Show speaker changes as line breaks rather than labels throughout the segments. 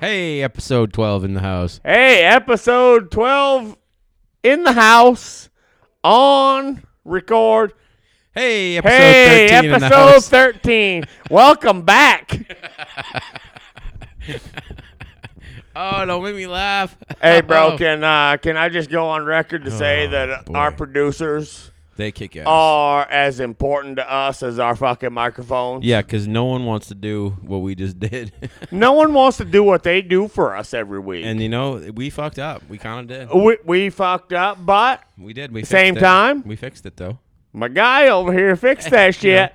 Hey, episode 12 in the house.
Hey, episode 12 in the house on record.
Hey, episode
Hey,
13 in the
episode
house.
13. Welcome back.
oh, don't make me laugh.
Hey, bro, can uh, can I just go on record to say
Oh,
that
boy.
our producers
They kick ass.
are as important to us as our fucking microphones?
Yeah, because no one wants to do what we just did.
No one wants to do what they do for us every week.
and, you know, we fucked up. We kind of did.
we, we fucked up, but
We did. We fixed
Oh, Same
it.
time?
We fixed it, though.
my guy over here fixed that shit.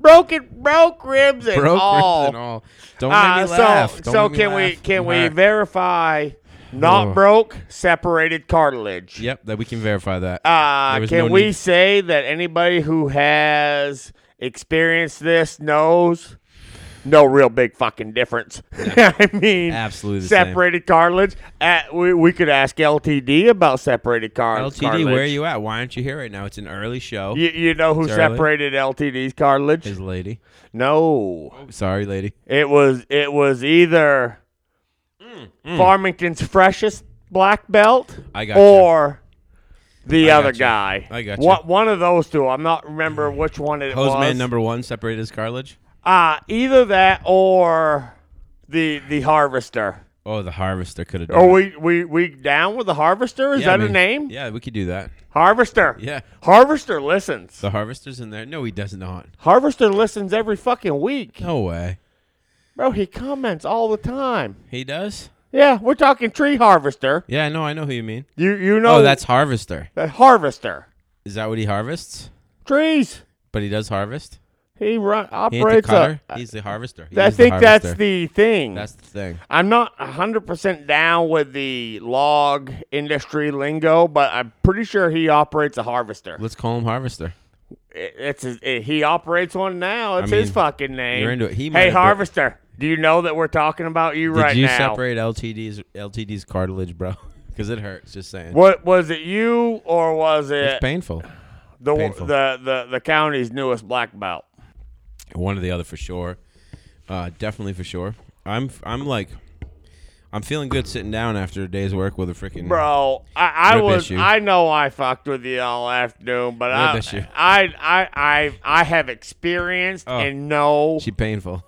Broke it, broke ribs and
Broke ribs
all.
and all. Don't
Uh,
make me laugh.
So,
Don't
so
make me
can we
laugh.
can
I'm
we
hurt.
verify not
Oh.
broke separated cartilage?
Yep, that we can verify that. There
Uh,
was
can
no
we
need-
say that anybody who has experienced this knows no real big fucking difference? I mean,
Absolutely the same.
separated cartilage. At, we, we could ask LTD about separated car-
LTD,
cartilage.
where are you at? Why aren't you here right now? It's an early show.
You, you know who
It's early.
separated LTD's cartilage?
His lady.
no.
Sorry, lady.
It was it was either Farmington's freshest black belt
Mm, I got
or the
I
other
gotcha.
guy.
I gotcha. Mm.
What one of those two? I'm not remember which one it
Hose
was.
man number one separated his cartilage.
Uh, either that or the the harvester.
Oh, the harvester could have done.
Are
it.
we we we down with the harvester? Is
Mm-hmm. Yeah, I
that
mean,
a name?
Yeah, we could do that.
Harvester.
Yeah,
Harvester listens.
the harvester's in there. No, he does not.
Harvester listens every fucking week.
No way.
Bro, he comments all the time.
He does.
Yeah, we're talking tree harvester.
Yeah, no, I know who you mean.
You you know
Oh, that's harvester.
that harvester.
Is that what he harvests?
trees.
But he does harvest.
He run
He ain't the
operates.
cutter.
A,
He's the harvester. He
I
is the
think that's
harvester.
the thing.
That's the thing.
I'm not 100% down with the log industry lingo, but I'm pretty sure he operates a harvester.
Let's call him harvester.
It- It's his, it- he operates one now. It's his
mean,
fucking name.
you're into it. He might
hey,
have been-
harvester. Do you know that we're talking about you
Did
right
you
now?
separate LTD's LTD's cartilage, bro? Because it hurts. Just saying.
What was it? You or was it
It's painful.
the,
painful.
the the the county's newest black belt?
one or the other for sure. Uh, definitely for sure. I'm I'm like I'm feeling good sitting down after a day's work with a freaking
Bro, I, I
Rip
was
issue.
I know I fucked with you all afternoon, but I,
Rip issue.
I I I I have experienced
Oh.
and know
She painful.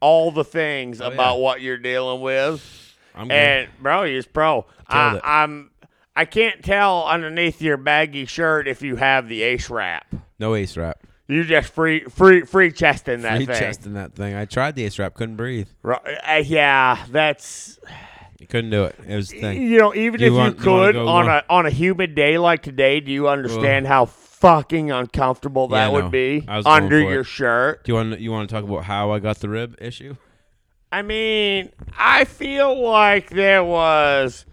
all the things
Oh, yeah.
about what you're dealing with.
I'm good.
And bro, he's pro. I,
it.
I'm I can't tell underneath your baggy shirt if you have the ace wrap.
no ace wrap.
You just free free free chesting that
Free
thing.
chest in that thing. I tried the ace wrap, couldn't breathe.
Ro- uh, yeah, that's
Couldn't do it. It was the thing.
you know even
Do you
if
want-
you
you wanna
could
go
on
one-
a on a humid day like today, do you understand how fucking uncomfortable that
Yeah,
would
no.
be
I was going
under
for
your
it.
shirt?
Do you want you want to talk about how I got the rib issue?
I mean, I feel like there was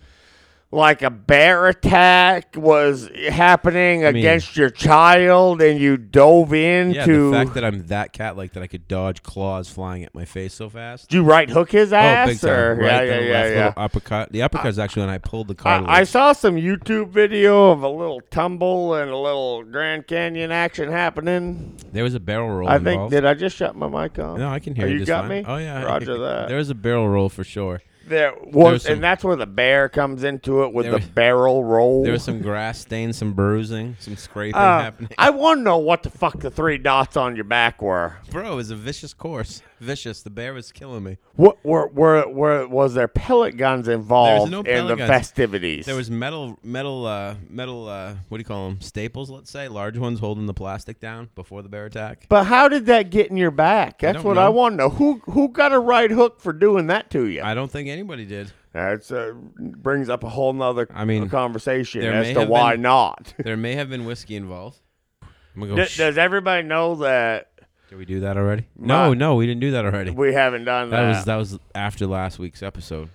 like a bear attack was happening
mean-
against your child and you dove
Yeah,
into
the fact that I'm that cat like that I could dodge claws flying at my face so fast.
did you right hook his ass
oh, big time.
or
Right
yeah,
there,
yeah, yeah,
left,
yeah.
Little uppercut. The uppercut is actually when I pulled the cartilage.
I, I saw some YouTube video of a little tumble and a little Grand Canyon action happening.
there was a barrel roll
I think
involved.
did I just shut my mic on?
no, I can hear
Oh,
you.
you
just
got
fine.
me?
Oh yeah,
Roger that.
There was a barrel roll for sure.
There was,
was some-
and that's where the bear comes into it with
There
the
was-
barrel roll.
There was some grass stains, some bruising, some scraping
Uh,
happening.
I want to know what the fuck the three dots on your back were.
Bro, it was a vicious course. Vicious. The bear was killing me.
What were were, were was there pellet guns involved
no
in
pellet
the
guns.
festivities?
There was metal, metal, uh, metal. Uh, what do you call them? Staples, let's say, large ones holding the plastic down before the bear attack.
but how did that get in your back? That's
don't
what
know.
I want to know. Who who got a right hook for doing that to you?
I don't think anybody did.
That's uh, brings up a whole nother
I mean,
conversation
there
as
may
to
have
why
been- Oh,
not.
There may have been whiskey involved. I'm gonna go.
D-
"Shh."
does everybody know that
did we do that already?
My-
no, no, we didn't do that already.
we haven't done
that
that?
was that was after last week's episode.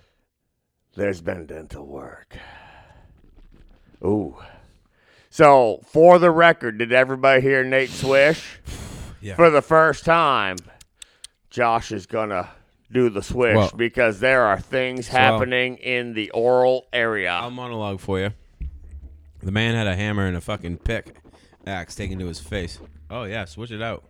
There's been dental work. Ooh. So, for the record, did everybody hear Nate swish?
Yeah.
For the first time, Josh is going to do the swish
Well-
because there are things happening in the oral area.
I'll monologue for you. The man had a hammer and a fucking pick axe taken to his face. Oh
Ah.
yeah, switch it out.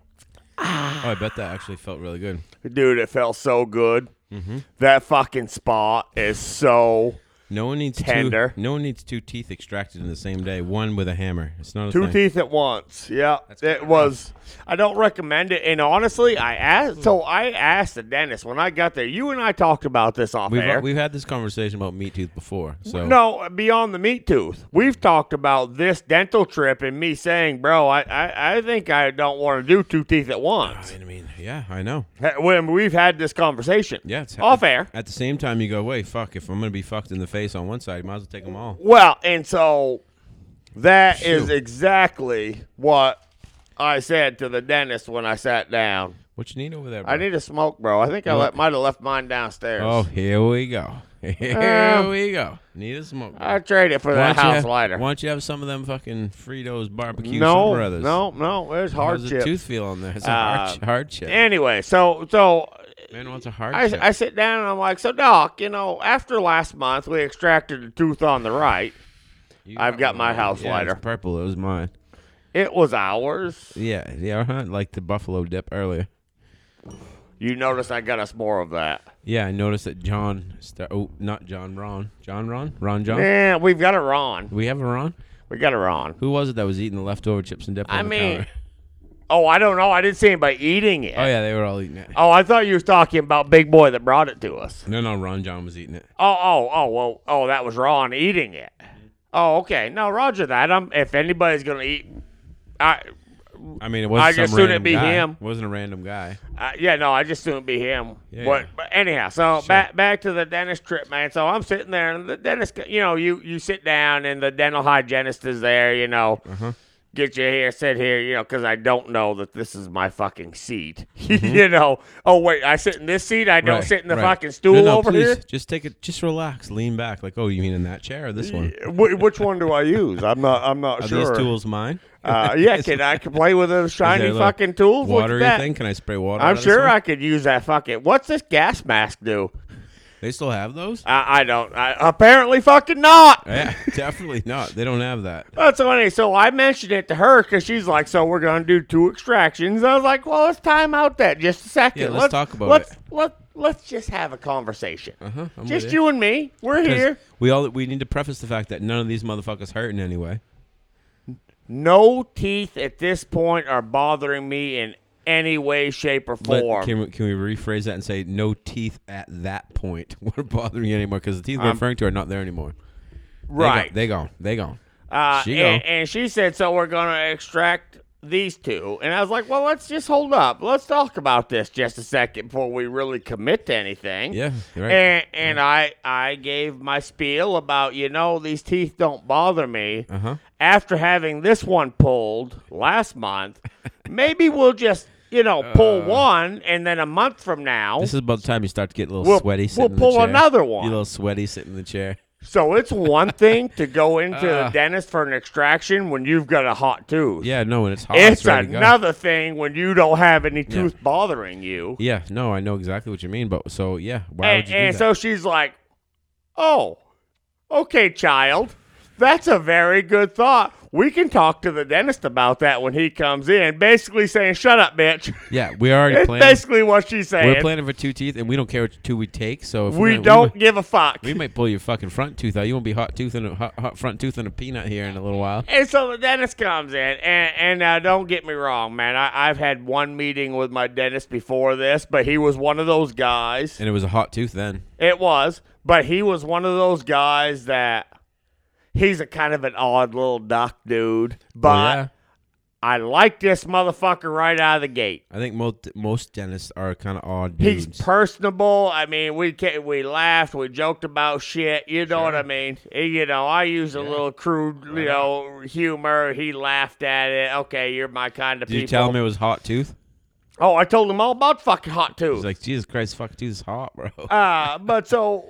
Oh, I bet that actually felt really good.
Dude, it felt so good.
Mm-hmm.
That fucking spa is so
No one needs
Tender.
two. No one needs two teeth extracted in the same day. One with a hammer. It's not a
two
thing.
teeth at once. Yeah, it was. I don't recommend it. And honestly, I asked. So I asked the dentist when I got there. You and I talked about this off
We've,
air.
we've had this conversation about meat tooth before. So
No, beyond the meat tooth. We've talked about this dental trip and me saying, bro, I, I, I think I don't want to do two teeth at once.
I mean, yeah, I know.
Ha- When we've had this conversation.
Yeah, it's
Off air.
At the same time, you go, wait, fuck. If I'm gonna be fucked in the face on one side, might as well take them all.
Well, and so that is
Shoot.
exactly what I said to the dentist when I sat down.
What you need over there? Bro?
I need a smoke, bro. I think I let, might have left mine downstairs.
Oh, here we go. Here
Um,
we go. Need a smoke.
I trade it for
Why don't
that
you
house
have-
lighter.
Why don't you have some of them fucking Fritos barbecue
No,
brothers?
no, no. There's hard
How's the
chip.
tooth feel on there? It's a
Uh,
hard, hard chip.
Anyway, so so
Man wants a hard chip.
I, I sit down and I'm like, so doc, you know, after last month we extracted a tooth on the right.
You
I've got
one
my
of
house
those. yeah,
lighter.
It's purple. It was mine.
It was ours.
Yeah, yeah, uh-huh, like the buffalo dip earlier.
You notice I got us more of that.
Yeah, I noticed that John. Star- oh, not John. Ron. John. Ron. Ron. John.
Yeah, we've got it on.
We have a Ron.
We got it on.
Who was it that was eating the leftover chips and dip?
I
on the
mean,
counter?
oh, I don't know. I didn't see anybody eating it.
oh yeah, they were all eating it.
Oh, I thought you was talking about Big Boy that brought it to us.
No, no, Ron John was eating it.
Oh, oh, oh, well, oh, that was Ron eating it.
Mm-hmm.
Oh, okay. No, Roger that. I'm, if anybody's gonna eat, I,
I mean, it wasn't.
I just
some
assumed
random
it'd be
guy.
him.
It wasn't a random guy.
Uh, yeah, no, I just assumed it'd be him.
Yeah,
but,
yeah.
but anyhow, so back back to the dentist trip, man. So I'm sitting there, and the dentist, you know, you you sit down, and the dental hygienist is there, you know.
Uh-huh.
Get you here, sit here, you know, because I don't know that this is my fucking seat. you know, oh wait, I sit in this seat. I don't
Mm-hmm. Right,
sit in the
right.
fucking stool
no, no,
over
please,
here.
Just take it. Just relax. Lean back. Like, oh, you mean in that chair or this one?
Wh- which one do I use? I'm not. I'm not
Are
sure.
these tools mine?
Uh, yeah, can I can play with those shiny
little
fucking tools? Look at
Watery
that.
thing? Can I spray water?
I'm
out of this
sure
one?
I could use that fucking. What's this gas mask do?
They still have those?
I, I don't. I, apparently, fucking not.
yeah, definitely not. They don't have that.
That's funny. So I mentioned it to her because she's like, "So we're gonna do two extractions." I was like, "Well, let's time out that just a second.
Yeah, let's talk about
let's,
it.
Let Let's just have a conversation.
Uh-huh, I'm
just
with
you and me. We're
'Cause
here.
We all we need to preface the fact that none of these motherfuckers hurt in any way.
No teeth at this point are bothering me in any way, shape, or
But
form.
can we, can we rephrase that and say no teeth at that point were bothering you anymore? Because the teeth we're referring to are not there anymore. They go-
Um, right?
They gone. They gone.
Uh,
She
and,
go.
and she said, "So we're gonna extract these two. And I was like, "Well, let's just hold up. Let's talk about this just a second before we really commit to anything."
Yeah, you're right.
And and I I gave my spiel about you know these teeth don't bother me.
Uh-huh.
After having this one pulled last month, maybe we'll just you know pull one, and then a month from now.
Uh. This is about the time you start to get a little
We'll-
sweaty. Sitting
we'll
in the
pull
chair.
another one.
You little sweaty sitting in the chair.
so it's one thing to go into the
Uh.
dentist for an extraction when you've got a hot tooth.
Yeah, no, and it's hot.
It's
Oh, ready to go.
another thing when you don't have any tooth bothering you.
Yeah, no, I know exactly what you mean. But so yeah, why
And,
would you do
and
that?
so she's like, "Oh, okay, child. That's a very good thought. We can talk to the dentist about that when he comes in." Basically saying, "Shut up, bitch."
yeah, we already
It's
planned.
basically what she's
We're
saying.
planning for two teeth, and we don't care which two we take. So if we're
we
gonna-
don't give a fuck.
We might pull your fucking front tooth out. You won't be hot tooth and a hot, hot front tooth and a peanut here in a little while.
And so the dentist comes in, and and uh, don't get me wrong, man. I, I've had one meeting with my dentist before this, but he was one of those guys.
And it was a hot tooth then.
It was, but he was one of those guys that he's a kind of an odd little duck dude. But
Well, Oh, yeah,
I like this motherfucker right out of the gate.
I think most most dentists are kind of odd
He's
dudes.
personable. I mean, we ca we laughed, we joked about shit. You know what I mean? Eh, You know, I use a little crude, you know, humor. He laughed at it. Okay, you're my kind of
Did
people.
you tell him it was hot tooth?
Oh, I told him all about fucking hot tooth.
He's like, Jesus Christ, fuck tooth is hot, bro.
uh, but so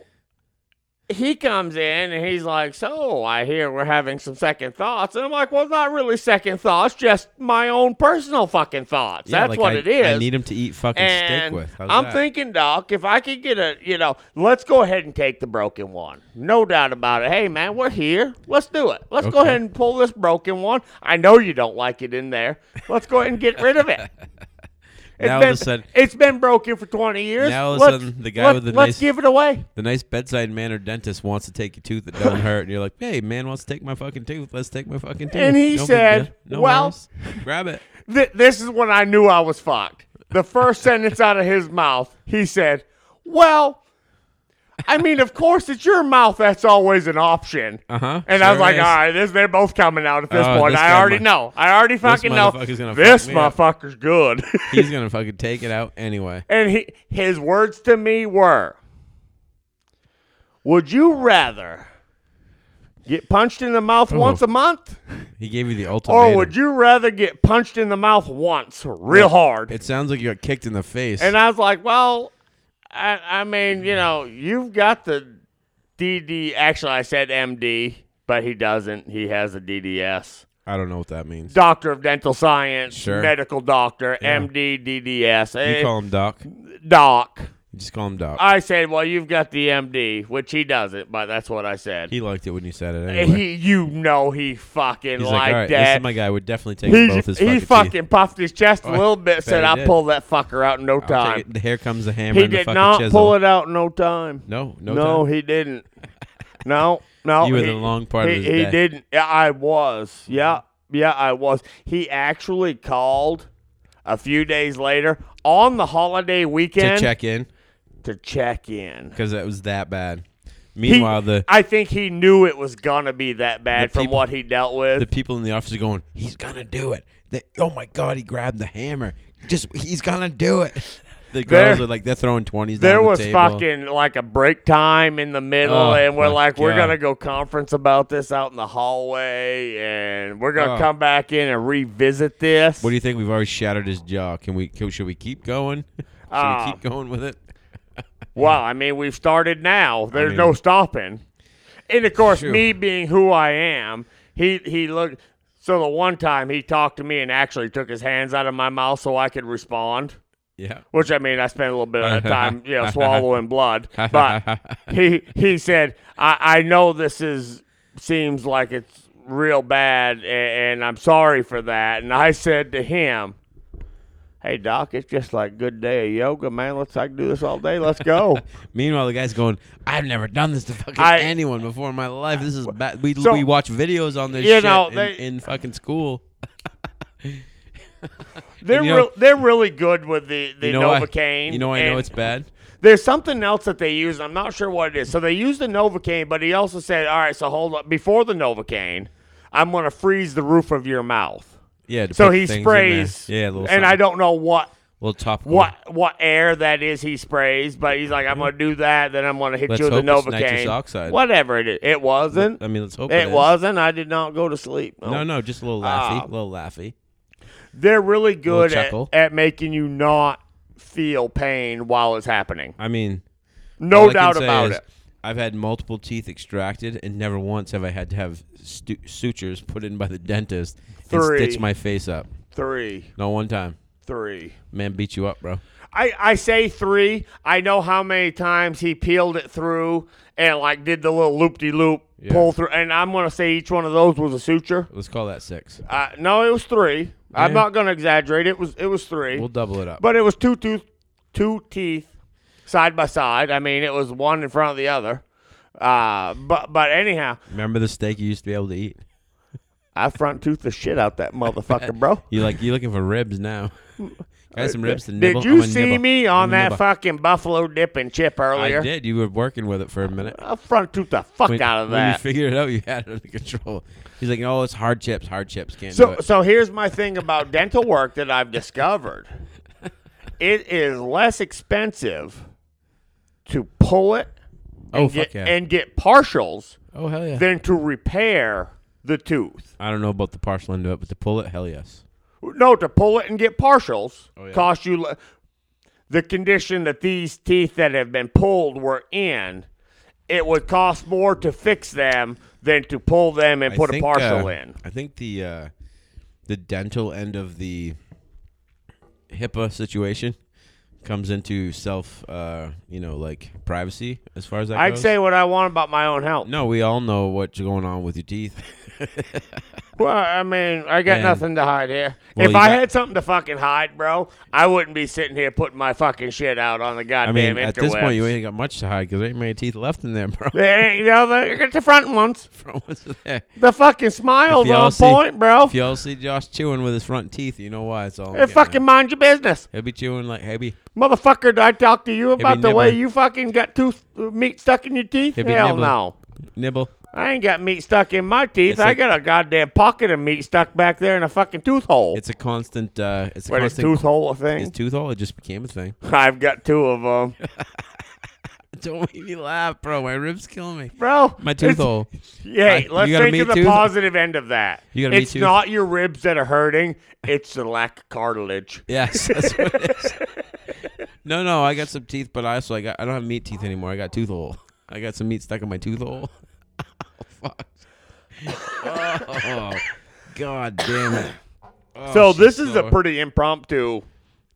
he comes in and he's like, "So I hear we're having some second thoughts," and I'm like, "Well, not really second thoughts, just my own personal fucking thoughts.
Yeah,
That's
like,
what
I-
it is."
I need him to eat fucking steak
and
with. How's
I'm
that?
thinking, Doc, if I could get a, you know, let's go ahead and take the broken one. No doubt about it. Hey, man, we're here. Let's do it. Let's go
Okay.
ahead and pull this broken one. I know you don't like it in there. Let's go ahead and get rid of it. It's
Now all
been,
of a sudden-
it's been broken for 20 years.
Now all of a
let's,
sudden, the guy
let-
with the
let's
nice-
give it away.
The nice bedside manner dentist wants to take your tooth that don't hurt, and you're like, "Hey, man, wants to take my fucking tooth? Let's take my fucking tooth."
And he
No big
said,
deal. no
"Well-
worries. grab it."
Th- this is when I knew I was fucked. The first sentence out of his mouth, he said, Well, I mean, of course, it's your mouth. That's always an option.
Uh-huh.
And I was
Sure
like,
is.
all right, this, they're both coming out at this
Oh,
point.
this
I
guy
already
mu-
know. I already fucking know.
motherfucker's gonna
this
fuck me up.
motherfucker's good.
He's gonna fucking take it out anyway.
and he, his words to me were Would you rather get punched in the mouth
Oh.
once a month?
He gave you the
Or
ultimatum.
Oh, would you rather get punched in the mouth once real hard?
It sounds like you got kicked in the face.
And I was like, well, I, I mean, you know, you've got the DD. Actually, I said MD, but he doesn't. He has a DDS,
I don't know what that means.
Doctor of Dental Science,
Sure.
medical doctor, MD, DDS,
You
eh,
call him Doc. You
doc.
just call him Doc.
I said, well, you've got the MD, which he doesn't, but that's what I said.
he liked it when you said it.
And
Anyway.
He, you know, he
He's
fucking liked
like, all right, this
that.
is my guy. Would definitely take
he
both his
he
fucking, teeth.
fucking puffed his chest a
Oh, I
little bit,
bet
said,
he
"I
did.
pulled that fucker out in no
I'll
time."
take it. Here comes the hammer.
He
and the
did
fucking
not
chisel.
pull it out in no time.
No, no,
No,
time.
he didn't. No, no.
You were
he,
the long part of
he,
his
he
day.
didn't. Yeah, I was. Yeah, yeah, I was. He actually called a few days later on the holiday
to
weekend
check in
to check in.
because it was that bad.
He-
Meanwhile, the
I think he knew it was gonna be that bad from
people-
what he dealt with.
the people in the office are going, "He's gonna do it." They, oh my god, he grabbed the hammer. Just he's gonna do it. The
There-
girls are like, they're throwing twenties.
there
down the
was
table.
fucking like a break time in the middle,
Oh,
and we're
my
like, we're
God.
gonna go conference about this out in the hallway, and we're gonna
Oh.
come back in and revisit this.
What do you think? We've already shattered his jaw. Can we? Can, should we keep going? should
Ah.
we keep going with it?
well, I mean, we've started now. There's
mean-
no stopping. And of course,
Phew.
me being who I am, he he looked. So the one time he talked to me and actually took his hands out of my mouth so I could respond.
Yeah.
Which I mean, I spent a little bit of time, you know, swallowing blood. But he he said, I, I know this is seems like it's real bad, and, and I'm sorry for that. And I said to him, Hey Doc, it's just like good day of yoga, man. Let's I can do this all day. Let's go.
Meanwhile, the guy's going, "I've never done this to fucking
I-
anyone before in my life. This is bad. We,
So-
we watch videos on this
You
shit
know,
in,
they-
in fucking school.
they're
you know-
real, they're really good with the the
You know, I,
Novocaine.
you know, I know
and-
it's bad.
There's something else that they use. I'm not sure what it is. So they use the Novocaine, but he also said, "All right, so hold up. Before the Novocaine, I'm going to freeze the roof of your mouth."
Yeah. to
So
put
he
things in there.
sprays.
Yeah, a little
and I
something.
don't know what
little top coat.
what what air that is he sprays, but he's like, "I'm going to do that. Then I'm going to hit
Let's
you with the
hope it's
Novocaine,
nitrous oxide.
whatever it is." It wasn't.
I mean, let's hope
it
is.
wasn't. I did not go to sleep.
No, no, just a little laughy,
Ah.
little laughy.
They're really good at,
chuckle.
at making you not feel pain while it's happening.
I mean,
No
all I can
doubt
say
about
is
it.
I've had multiple teeth extracted, and never once have I had to have stu- sutures put in by the dentist
Three.
and stitch my face up.
Three,
Not one time.
three.
Man, beat you up, bro.
I, I say three. I know how many times he peeled it through and like did the little loop de loop
Yeah.
pull through. And I'm gonna say each one of those was a suture.
Let's call that six.
Uh, no, it was three. I'm
Yeah.
not gonna exaggerate. It was it was 3
We'll double it up.
but it was two tooth, two teeth, side by side. I mean, it was one in front of the other. Uh, but but anyhow,
Remember the steak you used to be able to eat?
I front toothed the shit out that motherfucker, bro.
You like you looking for ribs now? Got some ribs to nibble.
Did
I'm
you
gonna
see
nibble.
me on
I'm
that
gonna nibble.
fucking buffalo dip and chip earlier?
I did. You were working with it for a minute.
I front tooth the fuck
When-
out of
When you
that.
figured it out, you had it under control. He's like, "Oh, it's hard chips. Hard chips can't do
So,
it."
so here's my thing about dental work that I've discovered. It is less expensive to pull it
Oh
and,
fuck
get,
yeah!
and get partials
oh hell yeah!
than to repair the tooth.
I don't know about the partial end of it, but to pull it, hell yes.
No, to pull it and get partials
Oh, yeah.
cost you le- the condition that these teeth that have been pulled were in. It would cost more to fix them than to pull them and put a partial
uh,
in.
I think the uh, the dental end of the HIPAA situation comes into self, uh, you know, like privacy as far as that
I can
goes?
say what I want about my own health.
no. We all know what's going on with your teeth.
Well, I mean, I got
And-
nothing to hide here.
Well,
if
you
I
got-
had something to fucking hide, bro, I wouldn't be sitting here putting my fucking shit out on the
I
goddamn
mean, at this point, you
interwebs.
ain't got much to hide because there ain't many teeth left in there, bro.
They ain't- you know, the, get the front ones.
Front ones are there.
The fucking smile's
If y'all
on
see-
point, bro.
If y'all see Josh chewing with his front teeth, you know why it's all. I'm
Hey,
getting at.
fucking mind your business,
He'll be chewing like he'll be
motherfucker. Did I talk to you about the
nibble.
way you fucking got tooth uh, meat stuck in your teeth?
He'll be
Hell
nibbling.
no.
nibble.
I ain't got meat stuck in my teeth.
It's
I
like-
got a goddamn pocket of meat stuck back there in a fucking tooth hole.
It's a constant. Uh, it's a
But is
constant.
tooth hole a
Is
thing?
tooth hole? It just became a thing.
I've got two of them.
Don't make me laugh, bro. My ribs kill me.
Bro,
My tooth
it's-
hole.
Yeah,
Uh,
let's
you got a
think of
meat
the
tooth?
positive end of that.
You got a meat
it's
tooth?
not your ribs that are hurting; it's the lack of cartilage.
Yes, that's what it is. No, no, I got some teeth, but I also I got I don't have meat teeth anymore. I got tooth hole. I got some meat stuck in my tooth hole. oh, fuck. Oh, god damn it. Oh,
so
shit,
this is a
so-
pretty impromptu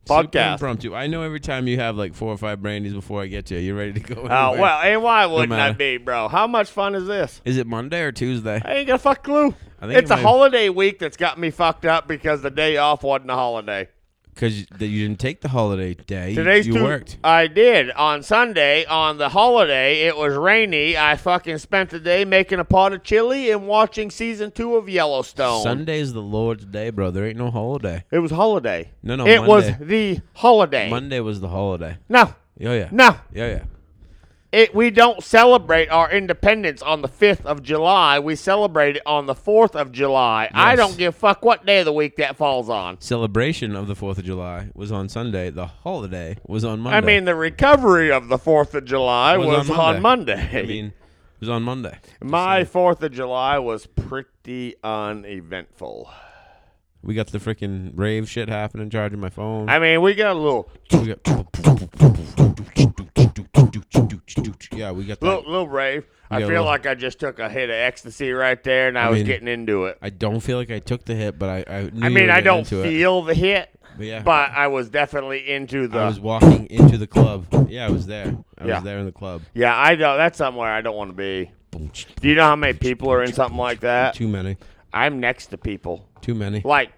super
podcast.
Impromptu. I know every time you have like four or five brandies before I get you, you're ready to go.
Oh
anywhere.
well, and why wouldn't I
matter.
be, bro? How much fun is this?
Is it Monday or Tuesday?
I ain't got a fuck clue.
I think
It's
it
a
might-
holiday week that's got me fucked up because the day off wasn't a holiday.
Because you, that you didn't take the holiday day. You-
Today's
you
two-
worked.
I did on Sunday on the holiday. It was rainy. I fucking spent the day making a pot of chili and watching season two of Yellowstone.
Sunday's the Lord's day, bro. There ain't no holiday.
It was holiday.
No, no,
It was
Monday.
the holiday.
Monday was the holiday.
no,
Oh yeah.
no.
Yeah, yeah.
It, we don't celebrate our independence on the 5th of July. We celebrate it on the 4th of July. I
Yes.
don't give a fuck what day of the week that falls on.
celebration of the Fourth of July was on Sunday. The holiday was on Monday.
I mean, the recovery of the 4th of July
It
was, on Monday.
I mean, it was on Monday.
My 4th of July was pretty uneventful.
We got the freaking rave shit happening, charging my phone.
I mean, we got a little
we got, yeah, we got that.
little, little rave. I
got a
feel
little-
like I just took a hit of ecstasy right there and I, was
mean,
getting into it.
I don't feel like I took the hit, but I I, knew
I
you
mean,
were
I
getting
don't
into it.
feel the hit,
But yeah.
but I was definitely into the.
I was walking into the club. Yeah, I was there. I
Yeah.
was there in the club.
yeah, I don't. That's somewhere I don't want to be. Do you know how many people are in something like that?
Too many.
I'm next to people,
Too many.
like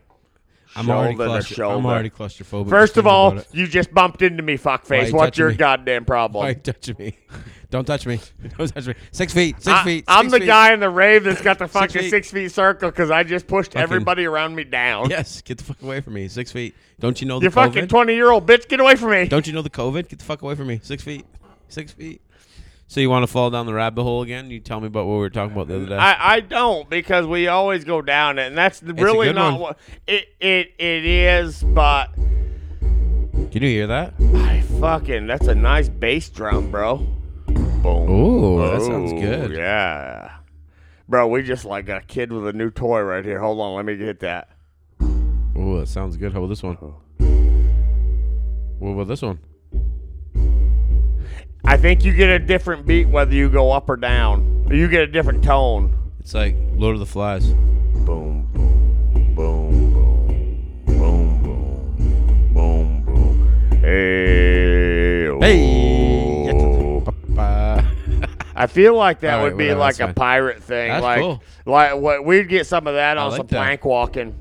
I'm already
shoulder to
claustro-
shoulder.
I'm already claustrophobic.
First
just
of
thinking
all,
about it.
you just bumped into me,
Why
fuckface.
you
What's your
touching me?
goddamn problem?
Why are you touching me? Don't touch me. Don't touch me. Six feet. Six
I,
feet.
am
six
Ah, the
feet.
guy in the rave that's got the fucking
feet.
six feet, circle because I just pushed everybody around me down.
Yes, get the fuck away from me. Six feet. Don't you know the
You
COVID?
fucking 20 year old bitch, get away from me.
Don't you know the COVID? Get the fuck away from me. Six feet. Six feet. So you want to fall down the rabbit hole again? You tell me about what we were talking about the other day.
I, I don't because we always go down it, and that's the- really
good
not
one.
what it, it it is. But
Can you hear that?
I fucking that's a nice bass drum, bro. Boom.
Ooh, that sounds
Oh,
good.
Yeah, bro, we just like got a kid with a new toy right here. Hold on, let me get that.
Ooh, that sounds good. How about this one? What about this one?
I think you get a different beat whether you go up or down. You get a different tone.
It's like Lord of the Flies.
Boom, boom, boom, boom, boom, boom, boom, boom. Hey.
Hey.
I feel like that
All
would
right,
be
whatever,
like
that's
a
fine.
pirate thing.
That's
like,
cool.
like what we'd get some of that on
like
some
that.
plank walking.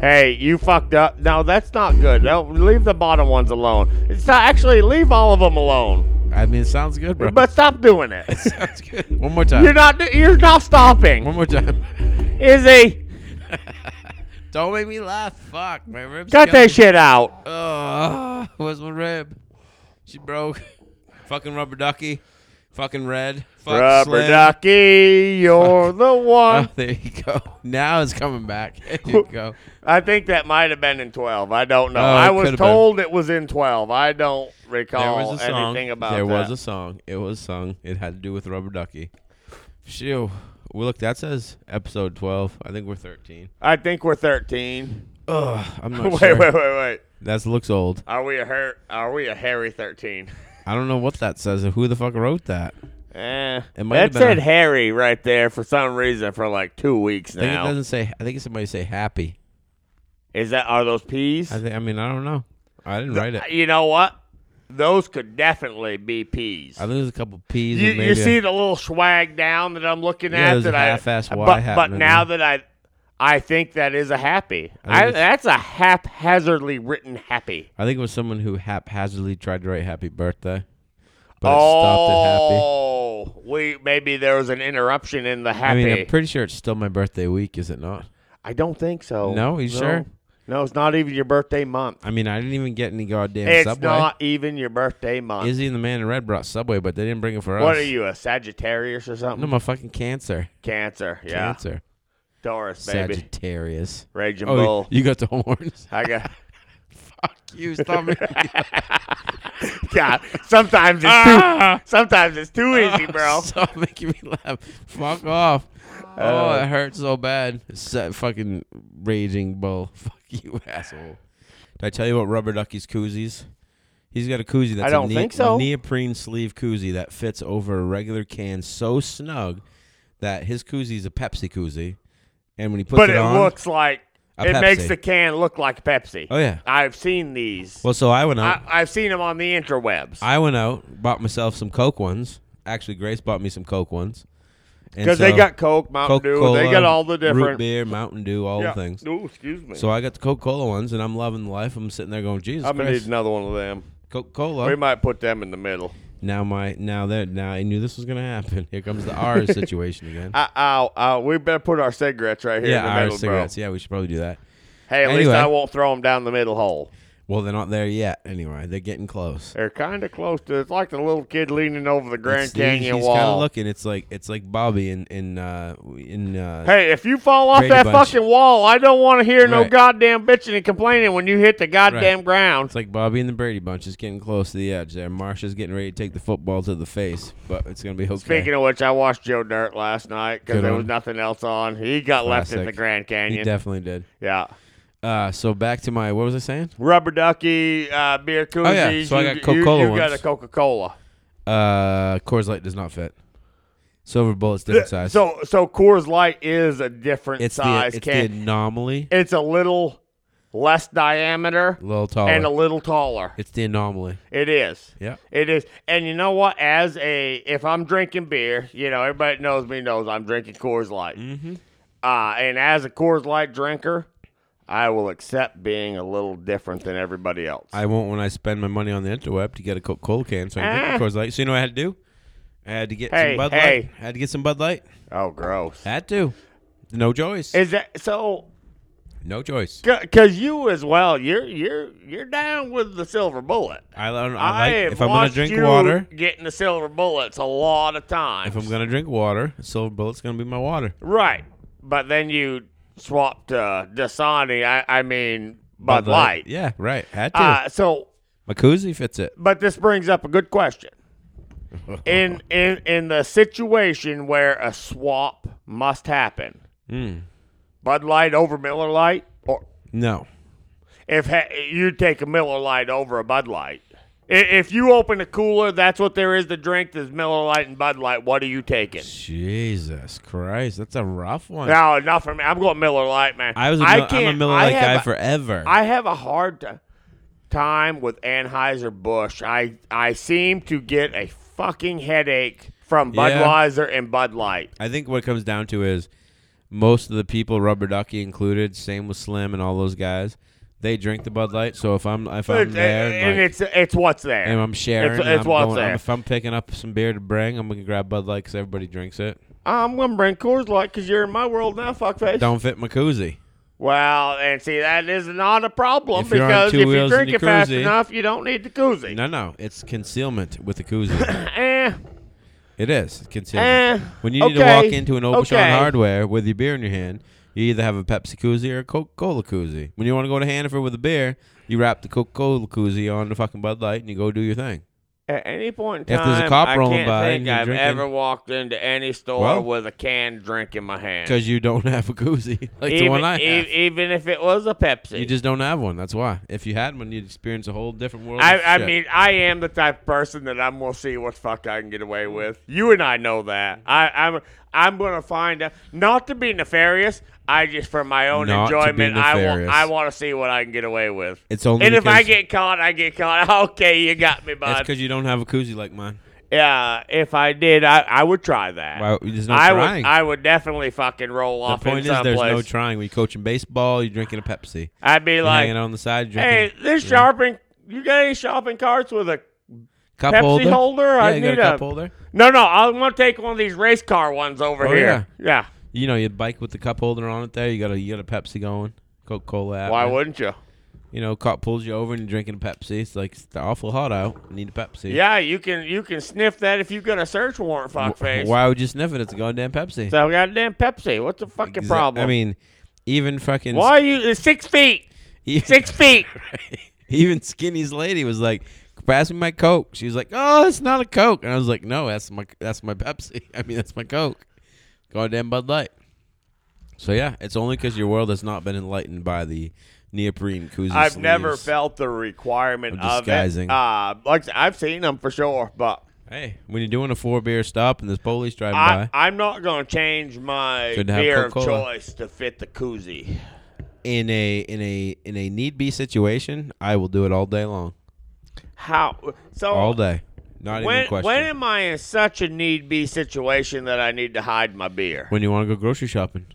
Hey, you fucked up. No, that's not good. No, leave the bottom ones alone. It's not actually leave all of them alone,
I mean, it sounds good, bro.
but stop doing it.
sounds good. One more time.
You're not. You're not stopping,
One more time.
Izzy.
Don't make me laugh. Fuck, my ribs.
Cut
killing me.
that shit out.
Oh, where's my rib? She broke. fucking rubber ducky. Fucking red. Fuck
Rubber
Slim.
ducky, you're the one.
Oh, there you go. Now it's coming back. There you go.
I think that might have been in 12. I don't know.
Oh, it
I was
could've been.
told it was in 12. I don't
There
recall
was a song.
anything about
there
that.
was a song. It was sung. It had to do with rubber ducky. Shoo. Well, look, that says episode 12. I think we're 13.
I think we're 13.
Ugh, I'm not
wait,
Oh, sure.
wait, wait, wait.
That looks old.
Are we a her- Are we a hairy 13?
I don't know what that says. or Who the fuck wrote that?
Eh,
It might
that
have been
said
a-
hairy right there for some reason for like two weeks
I think it
now.
doesn't say. I think somebody say happy.
Is that are those peas?
I think. I mean, I don't know. I didn't write it.
You know what? those could definitely be peas.
I think there's a couple peas.
You,
and maybe
you see the little swag down that I'm looking
Yeah,
at
there's
that
a
I
half-ass Y
but, but
happening
now that I I think that is a happy.
I think
I,
it's-
that's a haphazardly written happy.
I think it was someone who haphazardly tried to write "Happy Birthday," but it stopped at "Happy."
oh, we maybe there was an interruption in the
I
happy.
mean, I'm pretty sure it's still my birthday week, is it not?
I don't think so.
No, you sure?
No, it's not even your birthday month.
I mean, I didn't even get any goddamn
It's
Subway.
not even your birthday month.
Izzy and the Man in Red brought Subway, but they didn't bring it for us.
what are you, a Sagittarius or something?
I'm a fucking cancer.
Cancer, yeah.
Cancer.
Taurus, baby.
Sagittarius.
Raging
Oh,
bull.
you got the horns.
I got.
Fuck you, stop it.
God, sometimes it's too.
Ah.
Sometimes it's too easy, bro.
Stop making me laugh. Fuck off. oh, it hurts so bad. Sa- fucking raging bull. Fuck you, asshole. Did I tell you about Rubber Ducky's koozies? He's got a koozie that's
I don't
a,
think so.
a neoprene sleeve koozie that fits over a regular can so snug that his koozie is a Pepsi koozie. And when he puts
But
it,
it
on,
looks like
A
it makes
Pepsi.
the can look like Pepsi.
oh yeah.
I've seen these.
Well, so I went out.
I, I've seen them on the interwebs.
I went out, bought myself some Coke ones. Actually, Grace bought me some Coke ones. And
Because they
so
got Coke, Mountain Dew, they
Coca-Cola,
got all the
root
different
beer, Mountain Dew, all the
Yeah.
things.
Ooh, excuse me.
So I got the Coca Cola ones, and I'm loving life. I'm sitting there going, Jesus
I'm gonna need
Christ,
another one of them.
Coca
We
Cola.
might put them in the middle.
Now my now that now I knew this was gonna happen. Here comes the R's situation again.
Uh, ow, ow. We better put our cigarettes right here
yeah,
in the middle,
R's cigarettes. Yeah, we should probably do that.
bro. Hey, at least
Anyway.
I won't throw them down the middle hole.
Well, they're not there yet. Anyway, they're getting close.
They're kind of close to. It's like the little kid leaning over the Grand
It's- he's-
Canyon
he's
wall.
kind of looking. It's like it's like Bobby in in uh, in uh,
Hey, if you fall off
Brady
that
Bunch.
fucking wall, I don't want to hear no
Right.
goddamn bitching and complaining when you hit the goddamn ground.
It's like Bobby and the Brady Bunch is getting close to the edge there. Marsha's getting ready to take the football to the face, but it's going to be okay.
Speaking of which, I watched Joe Dirt last night because
Good
there
one.
was nothing else on. He got left at the
Classic.
Grand
he
Canyon.
definitely did.
yeah.
Uh, so back to my what was I saying?
Rubber ducky, uh, beer koozies.
Oh, yeah, so I
you,
got
you-
Coca-Cola
You, got a
ones.
Coca Cola.
Uh, Coors Light does not fit. Silver Bullet's different size.
So so Coors Light is a different
it's the
size
it's the
can.
anomaly.
it's a little less diameter
A little taller.
and a little taller.
it's the anomaly.
It is.
Yeah.
It is. And you know what? As a, if I'm drinking beer, you know, everybody that knows me knows I'm drinking Coors Light. Mm-hmm. Uh, and as a Coors Light drinker, I will accept being a little different than everybody else.
I won't when I spend my money on the interweb to get a Coca Cola can. So I can
Ah.
get Coors Light. So you know what I had to do? I had to get
Hey,
some Bud
hey.
Light. I had to get some Bud Light.
oh, gross.
Had to. No choice.
Is that so?
no choice.
Because you as well, you're you're you're down with the silver bullet.
I, I,
I
like
have
if I'm gonna
watched
drink
you
water.
getting the silver bullets a lot of times.
If I'm gonna drink water, Silver Bullet's gonna be my water.
right, but then you swapped uh, Dasani. I I mean Bud,
Bud
Light.
Yeah, right. Had to.
Uh, so,
my koozie fits it.
but this brings up a good question. In in in the situation where a swap must happen,
Hmm.
Bud Light over Miller Light, or
No.
if ha- you take a Miller Light over a Bud Light. I- If you open a cooler, that's what there is to drink. There's Miller Light and Bud Light. What are you taking?
Jesus Christ, that's a rough one.
No, not for me. I'm going Miller Light, man.
I was a, Mil-
I
I'm a
can't-
Miller
I
Lite
have
guy
a-
forever.
I have a hard t- time with Anheuser Busch. I I seem to get a fucking headache from
Yeah.
Budweiser and Bud Light.
I think what it comes down to is most of the people, Rubber Ducky included, same with Slim and all those guys, they drink the Bud Light. So if I'm if I'm
It's- uh,
there and,
and
like,
it's it's what's there.
and I'm sharing,
it's
and I'm
what's
going-
there.
I'm- if I'm picking up some beer to bring, I'm gonna grab Bud Light because everybody drinks it.
I'm gonna bring Coors Light because you're in my world now, fuckface.
Don't fit my koozie.
Well, and see that is not a problem
If you're on
because
two
if you
wheels
drink
in
it
your
fast
koozie-
enough, you don't need the koozie.
No, no, it's concealment with the koozie.
Eh,
It is
Eh,
considered. when you need
okay,
to walk into an Obashan
okay.
Hardware with your beer in your hand, you either have a Pepsi koozie or a Coca-Cola koozie. When you want to go to Hannaford with a beer, you wrap the Coca-Cola koozie on the fucking Bud Light and you go do your thing.
At any point in
If
time,
there's a cop
I
rolling
can't
by
think
and you're
I've
drinking-
ever walked into any store
Well-
with a canned drink in my hand.
Because you don't have a koozie like
even,
the one I
e-
have.
even if it was a Pepsi.
you just don't have one. That's why. If you had one, you'd experience a whole different world.
I,
of
I
shit.
mean, I am the type of person that I'm gonna see what the fuck I can get away with. You and I know that. I, I'm I'm gonna find out. Not to be nefarious, I just for my own
Not to be
enjoyment, I want
nefarious.
I want to see what I can get away with.
It's only
and if I
because-
get caught, I get caught. Okay, you got me,
That's
bud.
because you don't have a koozie like mine.
Yeah, if I did, I, I would try that.
Why, there's no
I
trying.
would I would definitely fucking roll
the
off
point
in
is,
some
there's
place.
no trying. When you're coaching baseball, you're drinking a Pepsi.
I'd be
You're hanging
like,
out on the side,
hey,
drinking
this shopping, you got any shopping carts with a
cup
Pepsi
holder.
holder?
Yeah,
I
you
need
got a cup holder.
No, no, I'm gonna take one of these race car ones over
Oh,
here. Yeah.
You know, your bike with the cup holder on it. There, you got a you got a Pepsi going. Coca Cola.
Why wouldn't you?
you know? Cop pulls you over and you're drinking a Pepsi. It's like it's awful hot out. I need a Pepsi.
Yeah, you can you can sniff that if you got a search warrant,
Wh-
fuckface.
Why would you sniff it? It's a goddamn Pepsi.
So goddamn Pepsi, what's the fucking
Exa-
problem?
I mean, even fucking
why are you it's six feet?
e-
Six feet.
even Skinny's lady was like, "Pass me my Coke." She was like, "Oh, it's not a Coke," and I was like, "No, that's my that's my Pepsi. I mean, that's my Coke. Goddamn Bud Light." So yeah, it's only because your world has not been enlightened by the neoprene koozie.
I've never
sleeves.
felt the requirement
Of
of it.
disguising.
Uh, like I've seen them for sure, but
Hey, when you're doing a four beer stop and there's police driving
I,
by,
I'm not gonna change my
Good to have
beer of
Coca-Cola.
choice to fit the koozie.
in a in a in a need be situation, I will do it all day long,
How so?
all day, not
Oh. when
even question.
when am I in such a need be situation that I need to hide my beer?
when you want to go grocery shopping,